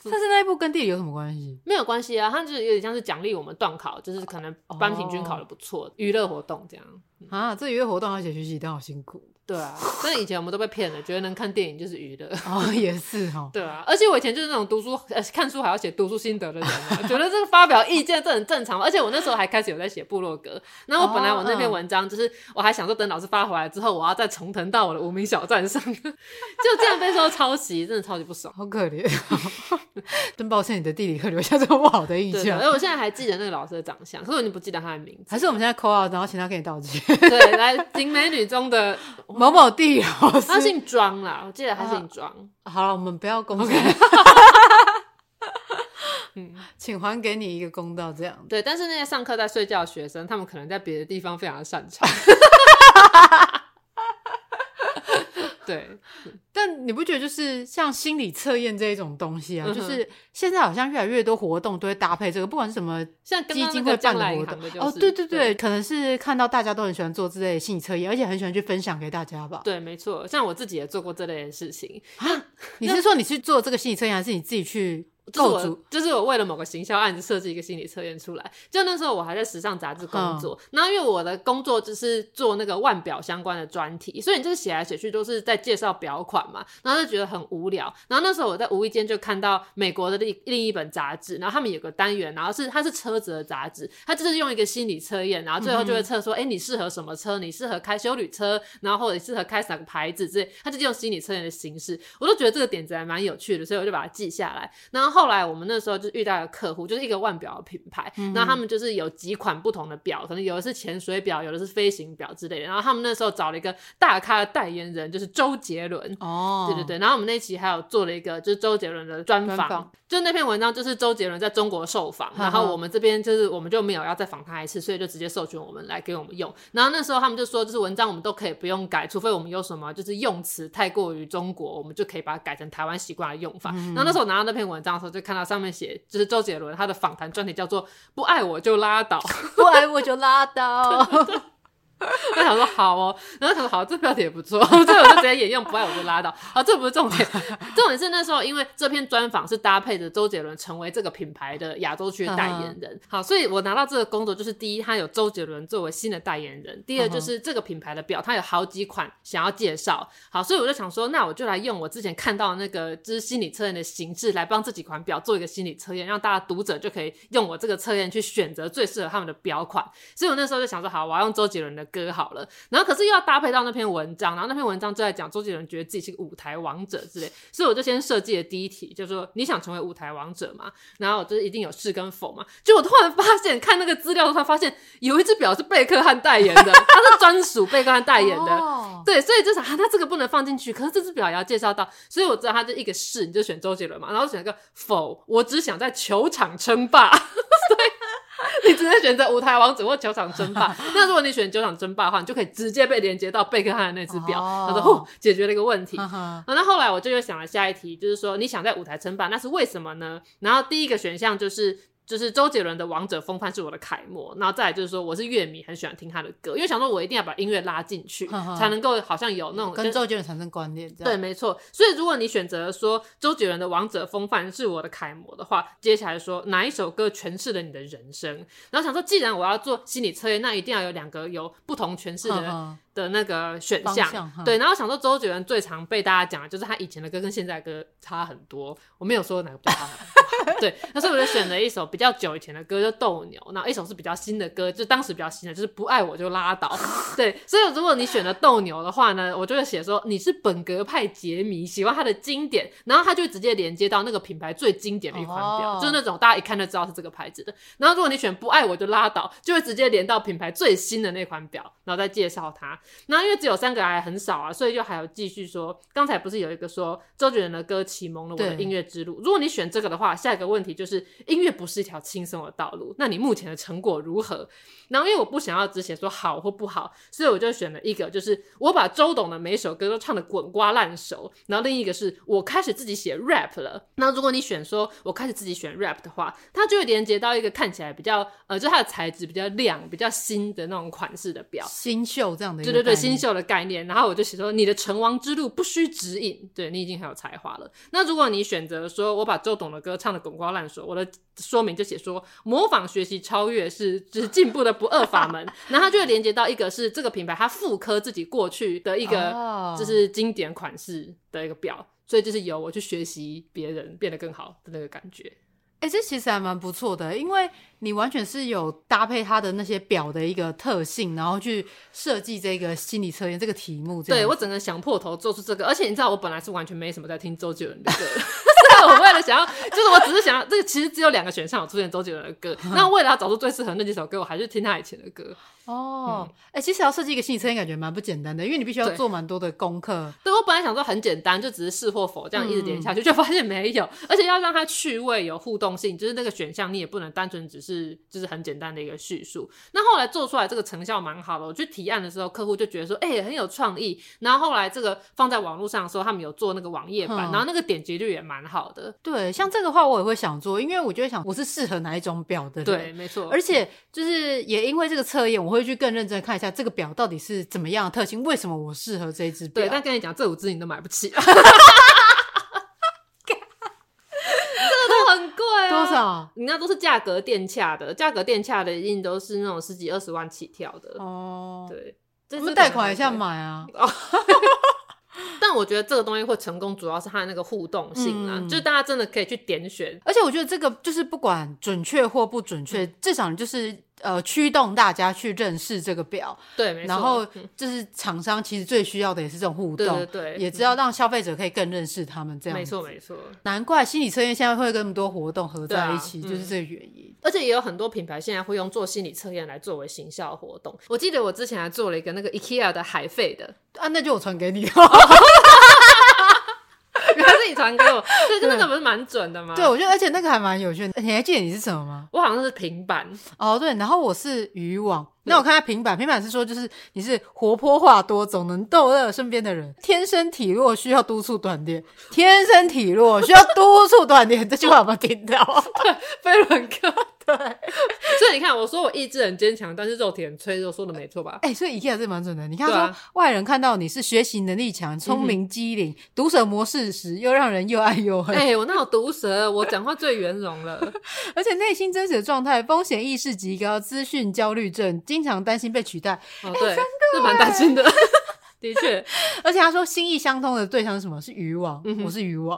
Speaker 1: 但是那一部跟地理有什么关系？
Speaker 2: 没有关系啊，他就是有点像是奖励我们段考，就是可能班平均考的不错，娱乐活动这样。
Speaker 1: 啊，这娱乐活动还要写学习单，好辛苦
Speaker 2: 对 啊，但以前我们都被骗了，觉得能看电影就是娱乐。
Speaker 1: 哦，也是哈、
Speaker 2: 对啊，而且我以前就是那种读书 呃看书还要写读书心得的人啊， 觉得这个发表意见这很正常嘛。而且我那时候还开始有在写部落格，然后我本来我那篇文章就是、我还想说等老师发回来之后，我要再重腾到我的无名小站上， 就这样被说抄袭，真的超级不爽。
Speaker 1: 好可怜、 哦，真抱歉你的地理课留下这么不好的印
Speaker 2: 对，
Speaker 1: 象
Speaker 2: 而。我现在还记得那个老师的长相，可是我已经不记得他的名 字。
Speaker 1: 还是我们现在 call out，然后请他给你道歉。
Speaker 2: 对，来景美女中的
Speaker 1: 某某地理老师
Speaker 2: 他，姓庄啦，我记得他姓庄。
Speaker 1: 好了，我们不要公开。 嗯，请还给你一个公道，这样。
Speaker 2: 对，但是那些上课在睡觉的学生，他们可能在别的地方非常的擅长。对，
Speaker 1: 但你不觉得就是像心理测验这一种东西啊，
Speaker 2: 嗯哼
Speaker 1: 就是现在好像越来越多活动都会搭配这个，不管是什么
Speaker 2: 像刚
Speaker 1: 基
Speaker 2: 刚那
Speaker 1: 金
Speaker 2: 个
Speaker 1: 会办
Speaker 2: 将
Speaker 1: 的
Speaker 2: 来
Speaker 1: 活
Speaker 2: 银行
Speaker 1: 动
Speaker 2: 的，就是、
Speaker 1: 哦，对对对，可能是看到大家都很喜欢做之类的心理测验，而且很喜欢去分享给大家吧。
Speaker 2: 对，没错。像我自己也做过这类的事情，
Speaker 1: 你是说你去做这个心理测验，还是你自己去
Speaker 2: 就是
Speaker 1: 构
Speaker 2: 我
Speaker 1: 筑？
Speaker 2: 就是我为了某个行销案子设计一个心理测验出来。就那时候我还在时尚杂志
Speaker 1: 嗯
Speaker 2: 工作，那、因为我的工作就是做那个腕表相关的专题，所以你就是写来写去都是在介绍表款嘛，然后就觉得很无聊。然后那时候我在无意间就看到美国的另另一本杂志，然后他们有个单元，然后是它是车子的杂志，它就是用一个心理测验，然后最后
Speaker 1: 嗯
Speaker 2: 就会测说，哎、你适合什么车？你适合开修旅车，然后或者适合开哪个牌子之类，它就是用心理测验的形式。我都觉得这个点子还蛮有趣的，所以我就把它记下来。然后后来我们那时候就遇到一个客户，就是一个腕表的品牌，然后他们就是有几款不同的表，可能有的是潜水表，有的是飞行表之类的。然后他们那时候找了一个大咖的代言人，就是周杰伦。
Speaker 1: 哦，
Speaker 2: 对对对，然后我们那期还有做了一个就是周杰伦的专
Speaker 1: 专
Speaker 2: 访
Speaker 1: 访，
Speaker 2: 就那篇文章就是周杰伦在中国受访，然
Speaker 1: 哈
Speaker 2: 后
Speaker 1: 哈
Speaker 2: 我们这边就是我们就没有要再访他一次，所以就直接授权我们来给我们用。然后那时候他们就说，就是文章我们都可以不用改，除非我们有什么就是用词太过于中国，我们就可以把它改成台湾习惯的用法。
Speaker 1: 嗯
Speaker 2: 然后那时候我拿到那篇文章的时候，就看到上面写就是周 杰伦他的访谈专题叫做“不爱我就拉倒”，
Speaker 1: 哦 不爱我就拉倒。
Speaker 2: 我想说好哦，然后想说好，这标题也不错，这我就直接沿用，不爱我就拉倒。好，这不是重点，重点是那时候因为这篇专访是搭配着周杰伦成为这个品牌的亚洲区的代言人。好，所以我拿到这个工作就是第一，他有周杰伦作为新的代言人；第二，就是这个品牌的表，它有好几款想要介绍。好，所以我就想说，那我就来用我之前看到的那个就是心理测验的形式来帮这几款表做一个心理测验，让大家读者就可以用我这个测验去选择最适合他们的表款。所以我那时候就想说，好，我要用周杰伦的歌好了。然后可是又要搭配到那篇文章，然后那篇文章就在讲周杰伦觉得自己是个舞台王者之类，所以我就先设计了第一题，就说你想成为舞台王者吗？然后我就是一定有是跟否嘛。结果突然发现，看那个资料，突然发现有一只表是贝克汉代言的，它是专属贝克汉代言的。
Speaker 1: 哦
Speaker 2: 对，所以就是啊，那这个不能放进去，可是这只表也要介绍到，所以我知道他就一个是，你就选周杰伦嘛，然后选一个否，我只想在球场称霸， 所以你只能选择舞台王子或球场争霸。那如果你选球场争霸的话，你就可以直接被连接到贝克汉的那只表，
Speaker 1: 哦
Speaker 2: 他说哦，解决了一个问题。
Speaker 1: 呵呵
Speaker 2: 啊，那后来我就又想了下一题，就是说你想在舞台称霸，那是为什么呢？然后第一个选项就是。就是周杰伦的《王者风范》是我的楷模，然后再来就是说我是乐迷，很喜欢听他的歌，因为想说我一定要把音乐拉进去，
Speaker 1: 哼哼
Speaker 2: 才能够好像有那种
Speaker 1: 跟
Speaker 2: 就是
Speaker 1: 周杰伦产生关联，这
Speaker 2: 对，
Speaker 1: 样
Speaker 2: 没错。所以如果你选择说周杰伦的《王者风范》是我的楷模的话，接下来说哪一首歌诠释了你的人生？然后想说，既然我要做心理测验，那一定要有两个有不同诠释的
Speaker 1: 呵呵
Speaker 2: 的那个选
Speaker 1: 方
Speaker 2: 项。
Speaker 1: 向哼
Speaker 2: 对，然后想说周杰伦最常被大家讲的就是他以前的歌跟现在的歌差很多，我没有说哪个比较好。 对，那所以我就选了一首比较久以前的歌，就《斗牛》，然后一首是比较新的歌，就当时比较新的，就是《不爱我就拉倒》。 对，所以如果你选了《斗牛》的话呢，我就会写说你是本格派杰迷，喜欢他的经典，然后他就会直接连接到那个品牌最经典的一款表，
Speaker 1: 哦
Speaker 2: 就是那种大家一看就知道是这个牌子的。然后如果你选不爱我就拉倒，就会直接连到品牌最新的那款表，然后再介绍它。那因为只有三个还很少啊，所以就还有继续说，刚才不是有一个说周杰伦的歌启蒙了我的
Speaker 1: 对
Speaker 2: 音乐之路。如果你选这个的话，下一个问题就是音乐不是一条轻松的道路，那你目前的成果如何？然后因为我不想要只写说好或不好，所以我就选了一个，就是我把周董的每首歌都唱得滚瓜烂熟。然后另一个是我开始自己写 rap 了。那如果你选说我开始自己选 rap 的话，它就会连接到一个看起来比较呃，就它的材质比较亮、比较新的那种款式的表。
Speaker 1: 新秀这样的一
Speaker 2: 对
Speaker 1: 个
Speaker 2: 对对，
Speaker 1: 概念
Speaker 2: 新秀的概念。然后我就写说，你的成王之路不需指引，对你已经很有才华了。那如果你选择说，我把周董的歌唱的滚瓜烂熟，我的说明就写说，模仿、学习、超越是就是进步的不二法门。然后它就会连接到一个是这个品牌它复刻自己过去的一个
Speaker 1: 哦
Speaker 2: 就是经典款式的一个表，所以就是由我去学习别人变得更好的那个感觉。
Speaker 1: 哎、这其实还蛮不错的，因为你完全是有搭配它的那些表的一个特性，然后去设计这个心理测验这个题目这
Speaker 2: 对
Speaker 1: 样。
Speaker 2: 我整个想破头做出这个，而且你知道，我本来是完全没什么在听周杰伦的歌 的。是啊我为了想要，就是我只是想要，这个其实只有两个选项有出现周杰伦的 歌。那为了要找出最适合那几首歌，我还是听他以前的歌。
Speaker 1: 哦，哎、其实要设计一个心理测验，感觉蛮不简单的，因为你必须要
Speaker 2: 对
Speaker 1: 做蛮多的功课。
Speaker 2: 对我本来想说很简单，就只是是或否这样一直连
Speaker 1: 嗯
Speaker 2: 下去，就发现没有，而且要让它趣味有互动性，就是那个选项你也不能单纯只是就是很简单的一个叙述。那后来做出来这个成效蛮好的，我去提案的时候，客户就觉得说，哎、很有创意。然后后来这个放在网络上的时候，他们有做那个网页版，
Speaker 1: 嗯
Speaker 2: 然后那个点击率也蛮好的。
Speaker 1: 对，像这个话我也会想做，因为我就会想我是适合哪一种表的人。
Speaker 2: 对，，没错，
Speaker 1: 而且就是也因为这个测验，我会去更认真地看一下这个表到底是怎么样的特性，为什么我适合这一只表。
Speaker 2: 对，但跟你讲，这五只你都买不 起，这个都很贵、啊，
Speaker 1: 多？少？
Speaker 2: 你那都是价格店洽的，价格店洽的一定都是那种十几二十万起跳的。
Speaker 1: 哦，
Speaker 2: 对，
Speaker 1: 我
Speaker 2: 这
Speaker 1: 们
Speaker 2: 是
Speaker 1: 贷款一下。买啊。
Speaker 2: 但我觉得这个东西会成功，主要是它的那个互动性啊，
Speaker 1: 嗯
Speaker 2: 就是大家真的可以去点选。
Speaker 1: 而且我觉得这个就是不管准确或不准确，
Speaker 2: 嗯
Speaker 1: 至少就是呃驱动大家去认识这个表，
Speaker 2: 对，没错。
Speaker 1: 然后
Speaker 2: 嗯
Speaker 1: 就是厂商其实最需要的也是这种互
Speaker 2: 对
Speaker 1: 动，
Speaker 2: 对对，嗯
Speaker 1: 也知道让消费者可以更认识他们这样。
Speaker 2: 没，错没错。
Speaker 1: 难怪心理测验现在会跟那么多活动合在一起，
Speaker 2: 对啊
Speaker 1: 就是这个原因。
Speaker 2: 而且也有很多品牌现在会用做心理测验来作为行销活动。我记得我之前还做了一个那个 IKEA 的海费的，
Speaker 1: 啊，那就我传给你。哦
Speaker 2: 原来是你传给我，对，就那个不是蛮准的吗？
Speaker 1: 对，我觉得而且那个还蛮有趣的。你还记得你是什么吗？
Speaker 2: 我好像是平板，
Speaker 1: 哦，对，然后我是渔网。那我看他平板，平板是说就是你是活泼话多，总能逗乐身边的人，天生体弱需要督促锻炼，天生体弱需要督促锻炼。这句话有没有听到？
Speaker 2: 飞轮哥。对，所以以你看，我说我意志很坚强，但是肉体很脆弱，说的没错 吧？
Speaker 1: 哎、所以 IKEA 是蛮准的。你看
Speaker 2: 对
Speaker 1: 他
Speaker 2: 啊
Speaker 1: 说，外人看到你是学习能力强、聪明机灵、毒舌模式时，又让人又爱又恨，
Speaker 2: 哎、我那有毒舌，我讲话最圆融 了。哦
Speaker 1: 而且内心真实的状态，风险意识极高，资讯焦虑症，经常担心被取代。
Speaker 2: 哦，对，是蛮担心的，欸 的确。哎
Speaker 1: 而且他说，心意相通的对象是什么？是渔网。
Speaker 2: 嗯哼
Speaker 1: 我是渔网。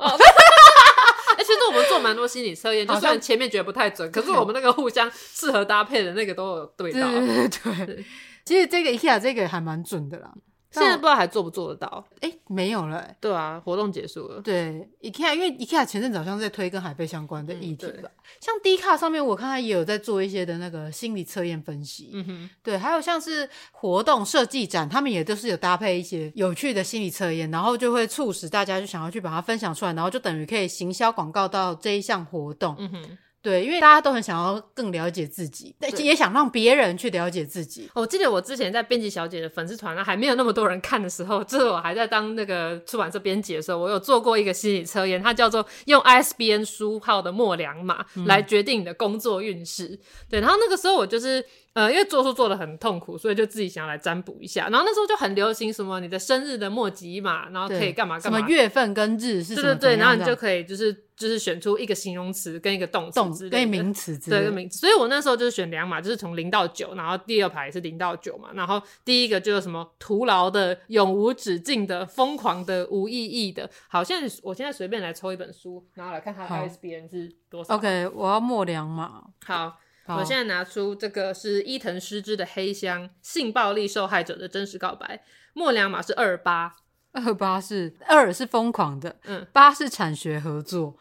Speaker 2: 哎、其实我们做蛮多心理测验，
Speaker 1: 好
Speaker 2: 就
Speaker 1: 像
Speaker 2: 虽然前面觉得不太准，可是我们那个互相适合搭配的那个都有对
Speaker 1: 对
Speaker 2: 到。
Speaker 1: 对对对
Speaker 2: 对，
Speaker 1: 其实这个 IKEA 这个还蛮准的啦。
Speaker 2: 现在不知道还做不做得到。
Speaker 1: 哎、没有了、欸。
Speaker 2: 对啊，活动结束了。
Speaker 1: 对，IKEA 因为 IKEA 前阵子好像在推跟海贝相关的
Speaker 2: 嗯
Speaker 1: 议题
Speaker 2: 对
Speaker 1: 吧，像 D 卡上面我看他也有在做一些的那个心理测验分析，
Speaker 2: 嗯哼，
Speaker 1: 对，还有像是活动设计展，他们也都是有搭配一些有趣的心理测验，然后就会促使大家就想要去把它分享出来，然后就等于可以行销广告到这一项活动。
Speaker 2: 嗯哼。
Speaker 1: 对，因为大家都很想要更了解自己，但
Speaker 2: 对
Speaker 1: 也想让别人去了解自己。
Speaker 2: 我记得我之前在编辑小姐的粉丝团啊，还没有那么多人看的时候，就是我还在当那个出版社编辑的时候，我有做过一个心理测验，它叫做用 ISBN 书号的末两码
Speaker 1: 嗯
Speaker 2: 来决定你的工作运势。对，然后那个时候我就是呃，因为做书做的很痛苦，所以就自己想要来占卜一下。然后那时候就很流行什么你的生日的末几码，然后可以
Speaker 1: 对
Speaker 2: 干嘛
Speaker 1: 什
Speaker 2: 干嘛
Speaker 1: 么。月份跟日是什
Speaker 2: 对
Speaker 1: 么
Speaker 2: 对对，
Speaker 1: 怎
Speaker 2: 然后
Speaker 1: 样
Speaker 2: 你
Speaker 1: 这
Speaker 2: 就
Speaker 1: 样
Speaker 2: 可以就是就是选出一个形容词跟一个动词之
Speaker 1: 动
Speaker 2: 类
Speaker 1: 对
Speaker 2: 的
Speaker 1: 名词之
Speaker 2: 对，
Speaker 1: 类
Speaker 2: 个
Speaker 1: 的。
Speaker 2: 名字。所以我那时候就是选两码，就是从零到九，然后第二排是零到九嘛，然后第一个就是什么徒劳的、永无止境的、疯狂的、无意义的。好，现在我现在随便来抽一本书，然后来看它
Speaker 1: 好
Speaker 2: 的 ISBN 是多少。
Speaker 1: OK，我要默量嘛。
Speaker 2: 好。
Speaker 1: 好
Speaker 2: 我现在拿出这个是伊藤诗织的《黑箱：性暴力受害者的真实告白》，末两码是二八，
Speaker 1: 二八是二是疯狂的，
Speaker 2: 嗯，
Speaker 1: 八是产学合 作，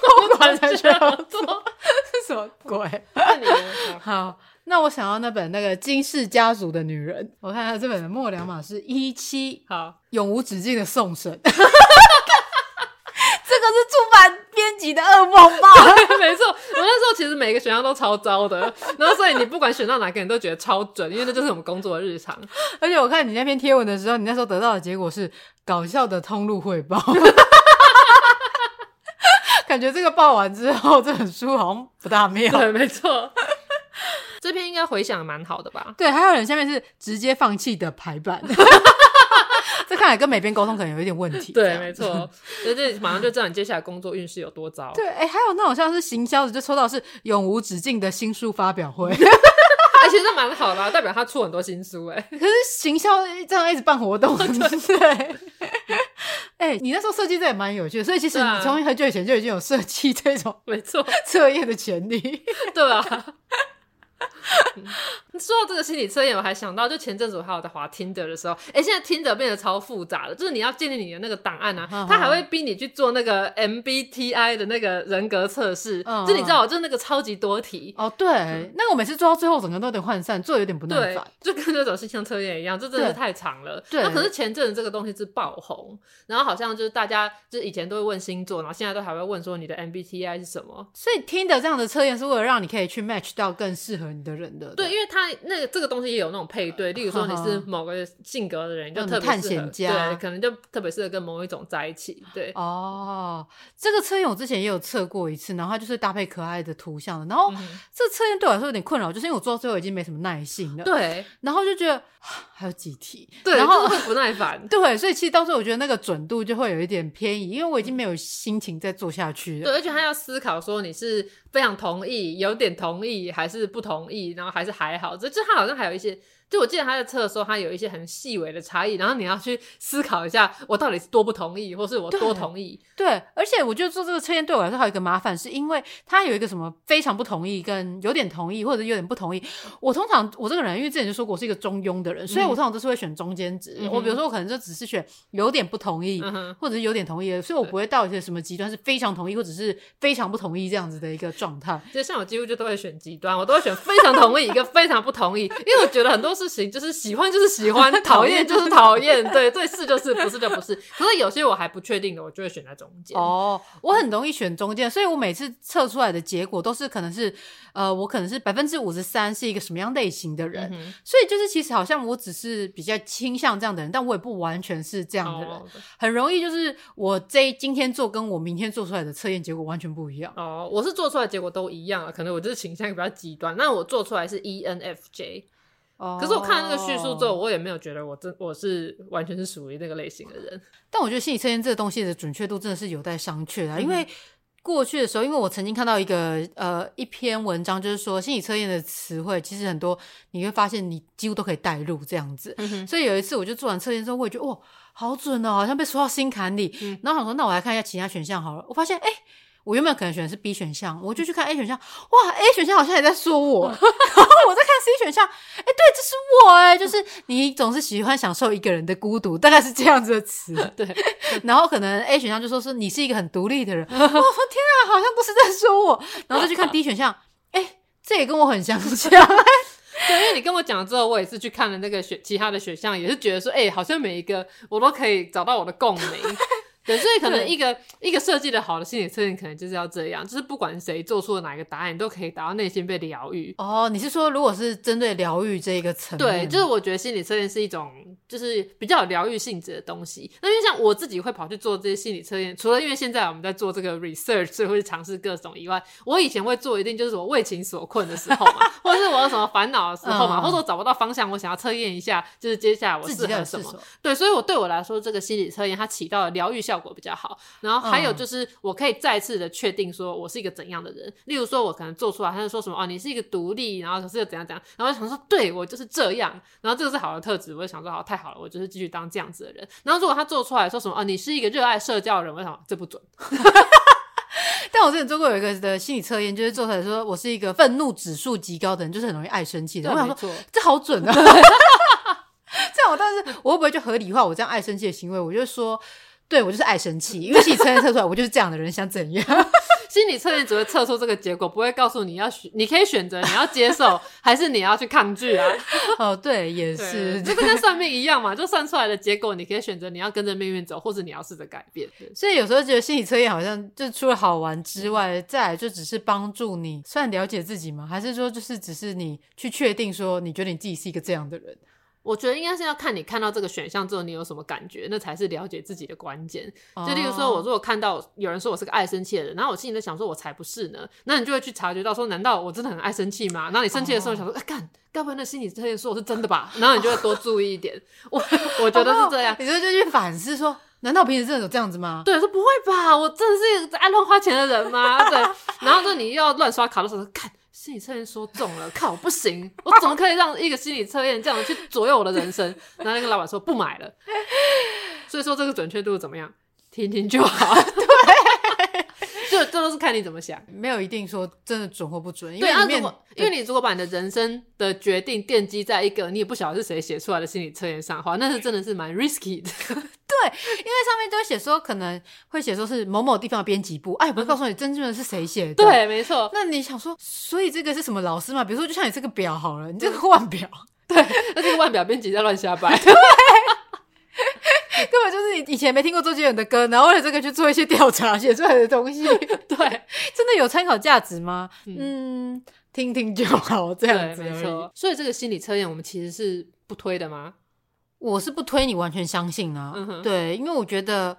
Speaker 2: 疯
Speaker 1: 狂才需要
Speaker 2: 做。
Speaker 1: 这什么鬼？
Speaker 2: 那你呢
Speaker 1: 好，那我想要那本那个《金氏家族的女人》，我看一下这本的末两码是一七，
Speaker 2: 好，
Speaker 1: 永无止境的送审。 这个是出版编辑的噩梦吧？
Speaker 2: 没错，我那时候其实每个选项都超糟的，然后所以你不管选到哪个，你都觉得超准，因为那就是我们工作的日常。
Speaker 1: 而且我看你那篇贴文的时候，你那时候得到的结果是搞笑的通路汇报。 感觉这个报完之后，这本书好像不大妙。
Speaker 2: 对，没错。 这篇应该回想蛮好的吧？
Speaker 1: 对，还有人下面是直接放弃的排版， 这看来跟美编沟通可能有一点问题。这
Speaker 2: 对，
Speaker 1: 样
Speaker 2: 没错。所以这马上就知道你接下来工作运势有多糟。
Speaker 1: 对，哎、还有那种像是行销的，就抽到是永无止境的新书发 表会，
Speaker 2: 哎，其实这蛮好的、啊，代表他出很多新书哎、
Speaker 1: 可是行销这样一直办活动， 对。哎、你那时候设计这也蛮有趣的，所以其实
Speaker 2: 对
Speaker 1: 你
Speaker 2: 啊
Speaker 1: 从很久以前就已经有设计这种
Speaker 2: 没错，
Speaker 1: 测验的潜力。
Speaker 2: 对啊。 嗯说到这个心理测验，我还想到，就前阵子我还有在滑 Tinder 的时候，哎、现在 Tinder 变得超复杂了，就是你要建立你的那个档案啊
Speaker 1: 嗯，
Speaker 2: 他还会逼你去做那个 MBTI 的那个人格测试，
Speaker 1: 嗯
Speaker 2: 就你知道，就是那个超级多题，
Speaker 1: 哦，对，那个我每次做到最后，整个都有点涣散，做得有点不耐
Speaker 2: 对
Speaker 1: 烦。，
Speaker 2: 就跟那种性向测验一样，这真
Speaker 1: 对
Speaker 2: 的是太长了。
Speaker 1: 对
Speaker 2: 那可是前阵子这个东西是爆红，然后好像就是大家就是以前都会问星座，然后现在都还会问说你的 MBTI 是什么。
Speaker 1: 所以听的这样的测验是为了让你可以去 match 到更适合你的人的。
Speaker 2: 对，因为它那个这个东西也有那种配对，例如说你是某个性格的人，你就
Speaker 1: 嗯
Speaker 2: 特别适合
Speaker 1: 探险家
Speaker 2: 对，可能就特别适合跟某一种在一起。对，
Speaker 1: 哦，这个测验我之前也有测过一次，然后它就是搭配可爱的图像的。然后、
Speaker 2: 嗯哼
Speaker 1: 这测验对我来说有点困扰，就是因为我做到最后已经没什么耐性了。，
Speaker 2: 对，
Speaker 1: 然后就觉得 啊还有几题，
Speaker 2: 对，
Speaker 1: 然
Speaker 2: 就
Speaker 1: 后。
Speaker 2: 是会不耐烦
Speaker 1: 对，所以其实到时候我觉得那个准度就会有一点偏移，因为我已经没有心情再做下去
Speaker 2: 对，
Speaker 1: 了。
Speaker 2: 而且他要思考说你是非常同意、有点同意，还是不同意，然后还是还好。这就他好像还有一些，就我记得他在测的时候，他有一些很细微的差异，然后你要去思考一下，我到底是多不同意，或是我多同意。
Speaker 1: 对，而且我觉得做这个测验对我来说还有一个麻烦，是因为它有一个什么非常不同意，跟有点同意或者有点不同意。我通常我这个人，因为之前就说过我是一个中庸的人，所以我通常都是会选中间值。
Speaker 2: 嗯哼
Speaker 1: 我比如说我可能就只是选有点不同意，
Speaker 2: 嗯哼，
Speaker 1: 或者是有点同意的，所以我不会到一些什么极端是非常同意或者是非常不同意这样子的一个状态。
Speaker 2: 就像我几乎就都会选极端，我都会选非常同意一个非常不同意，因为我觉得很多事情就是喜欢就是喜 欢，讨厌就是讨厌，对对是就是，不是就不是。可是有些我还不确定的，我就会选在中间。
Speaker 1: 哦，我很容易选中间，所以我每次测出来的结果都是可能是，呃，我可能是百分之五十三是一个什么样类型的人，
Speaker 2: 嗯
Speaker 1: 所以就是其实好像我只是比较倾向这样的人，但我也不完全是这
Speaker 2: 哼，
Speaker 1: 样的人，
Speaker 2: 哦
Speaker 1: 很容易就是我这一今天做跟我明天做出来的测验结果完全不一样。
Speaker 2: 哦，我是做出来结果都一样啊，可能我就是倾向比较极端。那我做出来是 E ENFJ，
Speaker 1: 哦
Speaker 2: 可是我看了那个叙述之后，，我也没有觉得我真我是完全是属于那个类型的 人。
Speaker 1: 但我觉得心理测验这个东西的准确度真的是有待商榷啊，
Speaker 2: 嗯
Speaker 1: 因为。过去的时候，因为我曾经看到一个呃一篇文章，就是说心理测验的词汇，其实很多你会发现你几乎都可以带入这样子。所以有一次我就做完测验之后，我也觉得哇，好准哦，好像被说到心坎里。
Speaker 2: 嗯
Speaker 1: 然后想说，那我来看一下其他选项好了。我发现，哎、我原本可能选的是 B 选项，我就去看 A 选项，哇，A 选项好像也在说我。
Speaker 2: 嗯
Speaker 1: 然后我再看 C 选项，哎、对，这是我哎、就是你总是喜欢享受一个人的孤独，大概是这样子的词。
Speaker 2: 对，
Speaker 1: 然后可能 A 选项就说是你是一个很独立的人， 我说天啊，好像都是在说我。然后再去看 D 选项，哎、这也跟我很相像。
Speaker 2: 对，因为你跟我讲了之后，我也是去看了那个选其他的选项，也是觉得说，哎、好像每一个我都可以找到我的共鸣。对，所以可能
Speaker 1: 对
Speaker 2: 一个一个设计的好的心理测验，可能就是要这样，就是不管谁做出了哪一个答案，你都可以达到内心被疗愈。
Speaker 1: 哦，你是说如果是针对疗愈这一个层
Speaker 2: 对，
Speaker 1: 面？
Speaker 2: 就是我觉得心理测验是一种就是比较有疗愈性质的东西。那因为像我自己会跑去做这些心理测验，除了因为现在我们在做这个 research，所以会去尝试各种以外，我以前会做一定就是我为情所困的时候嘛， 或者是我有什么烦恼的时候嘛，
Speaker 1: 嗯
Speaker 2: 或者我找不到方向，我想要测验一下，就是接下来我
Speaker 1: 自
Speaker 2: 适
Speaker 1: 己的
Speaker 2: 合什
Speaker 1: 是
Speaker 2: 么
Speaker 1: 什。么？
Speaker 2: 对，所以我对我来说，这个心理测验它起到的疗愈效果比较好。然后还有
Speaker 1: 嗯
Speaker 2: 就是，我可以再次的确定说我是一个怎样的人。例如说，我可能做出来，他就说什么哦，你是一个独立，然后可是又怎样怎样，然后我想说，对我就是这样。然后这个是好的特质，我就想说，好，太好了，我就是继续当这样子的人。然后如果他做出来说什么哦，你是一个热爱社交的人，我想这不准。
Speaker 1: 但我之前做过有一个的心理测验，就是做出来说我是一个愤怒指数极高的人，就是很容易爱生气的人。我想
Speaker 2: 没
Speaker 1: 说，
Speaker 2: 错，
Speaker 1: 这好准啊！ 这样我，但是我会不会就合理化我这样爱生气的行为？我就说，对我就是爱生气，因为心理测验测出来我就是这样的人，想怎样？
Speaker 2: 心理测验只会测出这个结果，不会告诉你要选，你可以选择你要接受 还是你要去抗拒啊。
Speaker 1: 哦，对，也是
Speaker 2: 对，。这个跟算命一样嘛，就算出来的结果，你可以选择你要跟着命运走，或者你要试着改变。对
Speaker 1: 所以有时候觉得心理测验好像就除了好玩之外，再来就只是帮助你算了解自己吗？还是说就是只是你去确定说你觉得你自己是一个这样的人？
Speaker 2: 我觉得应该是要看你看到这个选项之后，你有什么感觉，那才是了解自己的关键。就例如说，我如
Speaker 1: 哦
Speaker 2: 果看到有人说我是个爱生气的人，然后我心里在想说，我才不是呢。那你就会去察觉到说，难道我真的很爱生气吗？然后你生气的时候
Speaker 1: 哦
Speaker 2: 想说，哎、干，该不会那心理测验说我是真的吧？然后你就会多注意一点。我 我觉得是这样
Speaker 1: 哦。你就就去反思说，难道我平时真的有这样子吗？
Speaker 2: 对，说不会吧，我真的是一个爱乱花钱的人吗？ 对，然后就你又要乱刷卡的时候，看心理测验说中了，看我不行，我怎么可以让一个心理测验这样去左右我的人生？ 然后那个老板说不买了， 所以说这个准确度怎么样，听听就 好。对， 就这都是看你怎么想。
Speaker 1: 没有一定说真的准或不准，因
Speaker 2: 对
Speaker 1: 为
Speaker 2: 啊，
Speaker 1: 里
Speaker 2: 如
Speaker 1: 面
Speaker 2: 果因为你如果把你的人生的决定奠基在一个你也不晓得是谁写出来的心理测验上的话，那是真的是蛮 risky 的。
Speaker 1: 因为上面都会写说可能会写说是某某地方的编辑部，哎、也不会告诉你真正的是谁写的。。
Speaker 2: 对，没错。
Speaker 1: 那你想说，所以这个是什么老师嘛？比如说，就像你这个表好了，你这个腕 表
Speaker 2: 那这个腕表编辑在乱瞎掰。
Speaker 1: 根本就是你以前没听过周杰伦的歌，然后为了这个去做一些调查写出来的东 西，
Speaker 2: 对，
Speaker 1: 真的有参考价值吗？嗯，听听就好，这样
Speaker 2: 对，
Speaker 1: 子。
Speaker 2: 没。错。所以这个心理测验我们其实是不推的吗？
Speaker 1: 我是不推你完全相信啊，
Speaker 2: 嗯哼
Speaker 1: 对，因为我觉得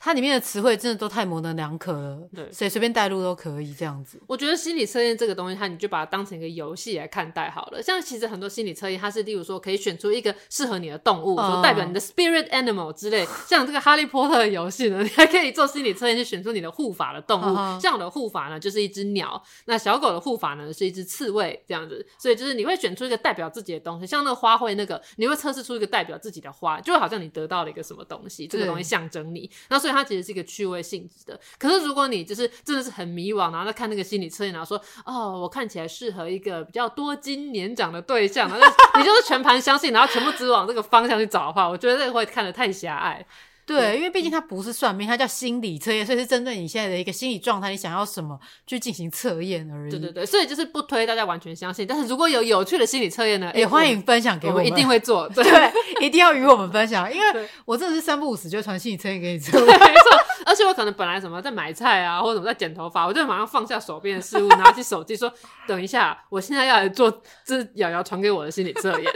Speaker 1: 它里面的词汇真的都太模棱两可了，
Speaker 2: 对
Speaker 1: 谁随便带入都可以这样子。
Speaker 2: 我觉得心理测验这个东西，它你就把它当成一个游戏来看待好了。像其实很多心理测验，它是例如说可以选出一个适合你的动物，
Speaker 1: 嗯
Speaker 2: 说代表你的 spirit animal 之类。像这个哈利波特的游戏呢，你 还可以做心理测验去选出你的护法的动物。
Speaker 1: 嗯哼
Speaker 2: 像我的护法呢就是一只鸟，那小狗的护法呢是一只刺猬这样子。所以就是你会选出一个代表自己的东西，像那个花卉那个，你会测试出一个代表自己的花，就好像你得到了一个什么东西，这个
Speaker 1: 对
Speaker 2: 东西象征你。那所以它其实是一个趣味性质的。可是如果你就是真的是很迷惘，然后再看那个心理测验，然后说哦，我看起来适合一个比较多金年长的对象， 然后就你就是全盘相信，然后全部只往这个方向去找的话，我觉得这个会看得太狭隘。
Speaker 1: 对，因为
Speaker 2: 嗯
Speaker 1: 毕竟它不是算命，它叫心理测验，所以是针对你现在的一个心理状态，你想要什么去进行测验而已。
Speaker 2: 对对对，所以就是不推大家完全相信，但是如果有有趣的心理测验呢，
Speaker 1: 也
Speaker 2: 哎
Speaker 1: 欢迎分享
Speaker 2: 我
Speaker 1: 给
Speaker 2: 们，
Speaker 1: 我
Speaker 2: 我
Speaker 1: 们，
Speaker 2: 们一定会做。对，
Speaker 1: 对，一定要与我们分享，因
Speaker 2: 对
Speaker 1: 为我真的是三不五时就传心理测验给你做。
Speaker 2: 没错。而且我可能本来什么在买菜啊，或者什么在剪头发，我就马上放下手边的事物，拿起手机说：“ 等一下，我现在要来做这是瑶瑶传给我的心理测验。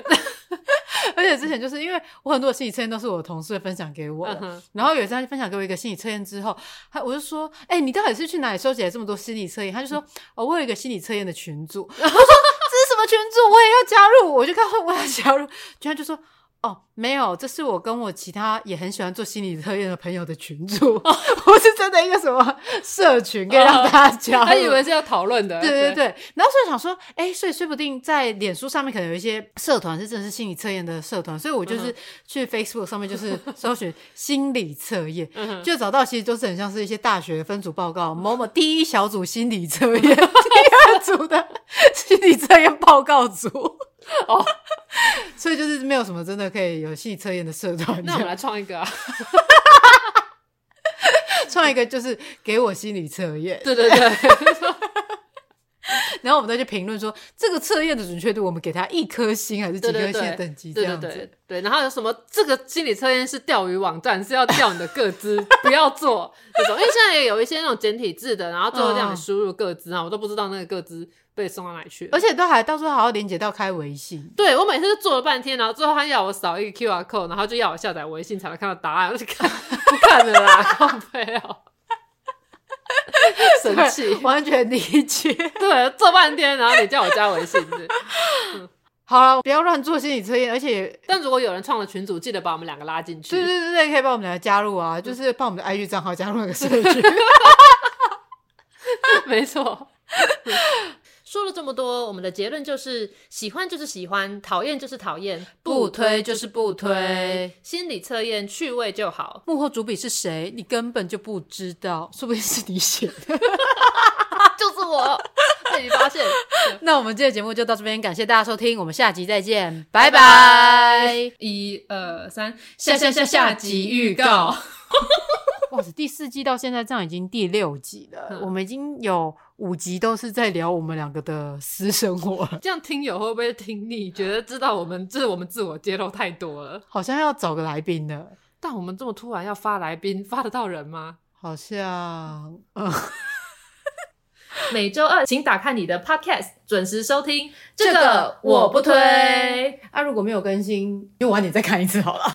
Speaker 1: 而且之前就是因为我很多的心理测验都是我同事分享给 我的
Speaker 2: 嗯 哼
Speaker 1: 然后有一次他就分享给我一个心理测验之后，他我就说：“哎、你到底是去哪里收集了这么多心理测验？”他就说：“哦，我有一个心理测验的群组。” 我说：“这是什么群组？我也要加入。”我就告诉我要加入，就他就说。哦，没有，这是我跟我其他也很喜欢做心理测验的朋友的群组， 不是真的一个什么社群可以让大家”加入。
Speaker 2: 他以为是要讨论的，
Speaker 1: 对对对，然后所以想说，哎，所以说不定在脸书上面可能有一些社团是真的是心理测验的社团，所以我就是去 Facebook 上面就是搜寻心理测验，
Speaker 2: 嗯
Speaker 1: 就找到其实都是很像是一些大学分组报告，某某第一小组心理测验，第二组的心理测验报告组。哦， 所以就是没有什么真的可以有心理测验的社团，
Speaker 2: 那我们来创一 个啊！
Speaker 1: 创一个就是给我心理测验，
Speaker 2: 对对对，
Speaker 1: 然后我们再去评论说这个测验的准确度，我们给它一颗星还是几颗
Speaker 2: 对对
Speaker 1: 星的
Speaker 2: 对，
Speaker 1: 等级这
Speaker 2: 对对
Speaker 1: 样子。
Speaker 2: 对对，然后有什么这个心理测验是钓鱼网站，是要钓你的个资， 不要做那种，因为现在也有一些那种简体字的，然后最后让你
Speaker 1: 嗯
Speaker 2: 输入个资啊，我都不知道那个个资被送到哪里去了。
Speaker 1: 而且都还到时候还要连接到开微信，
Speaker 2: 对我每次就做了半天，然后最后他要我扫一个 QR code，然后就要我下载微信才能看到答案，我就看不看了啦，浪费哦，生气
Speaker 1: 对。 完全理解。
Speaker 2: 对，做半天，然后你叫我加微信，对
Speaker 1: 好了，不要乱做心理测验，而且也
Speaker 2: 但如果有人创了群组，记得把我们两个拉进去。
Speaker 1: 对对对对，可以帮我们来加入啊，就是帮我们的 IG 账号加入那个社 区。
Speaker 2: 没错。说了这么多，我们的结论就是：喜欢就是喜欢，讨厌就是讨厌，
Speaker 1: 不推就是不推。
Speaker 2: 心理测验趣味就好。
Speaker 1: 幕后主笔是谁？你根本就不知道，说不定是你写的。
Speaker 2: 啊就是我被你发现。
Speaker 1: 那我们今天的节目就到这边，感谢大家收听，我们下集再见，拜
Speaker 2: 拜
Speaker 1: 拜。
Speaker 2: 拜，一二三，。
Speaker 1: 下下下下集预告。哇塞，第四季到现在这样已经第六集了
Speaker 2: 嗯，
Speaker 1: 我们已经有五集都是在聊我们两个的私生活了，
Speaker 2: 这样听友会不会听腻？觉得知道我们这、就是我们自我揭露太多了。
Speaker 1: 好像要找个来宾了。
Speaker 2: 但我们这么突然要发来宾，发得到人吗？
Speaker 1: 好像，嗯，
Speaker 2: 每周二请打开你的 Podcast，准时收听。
Speaker 1: 啊，如果没有更新，就晚点再看一次好了。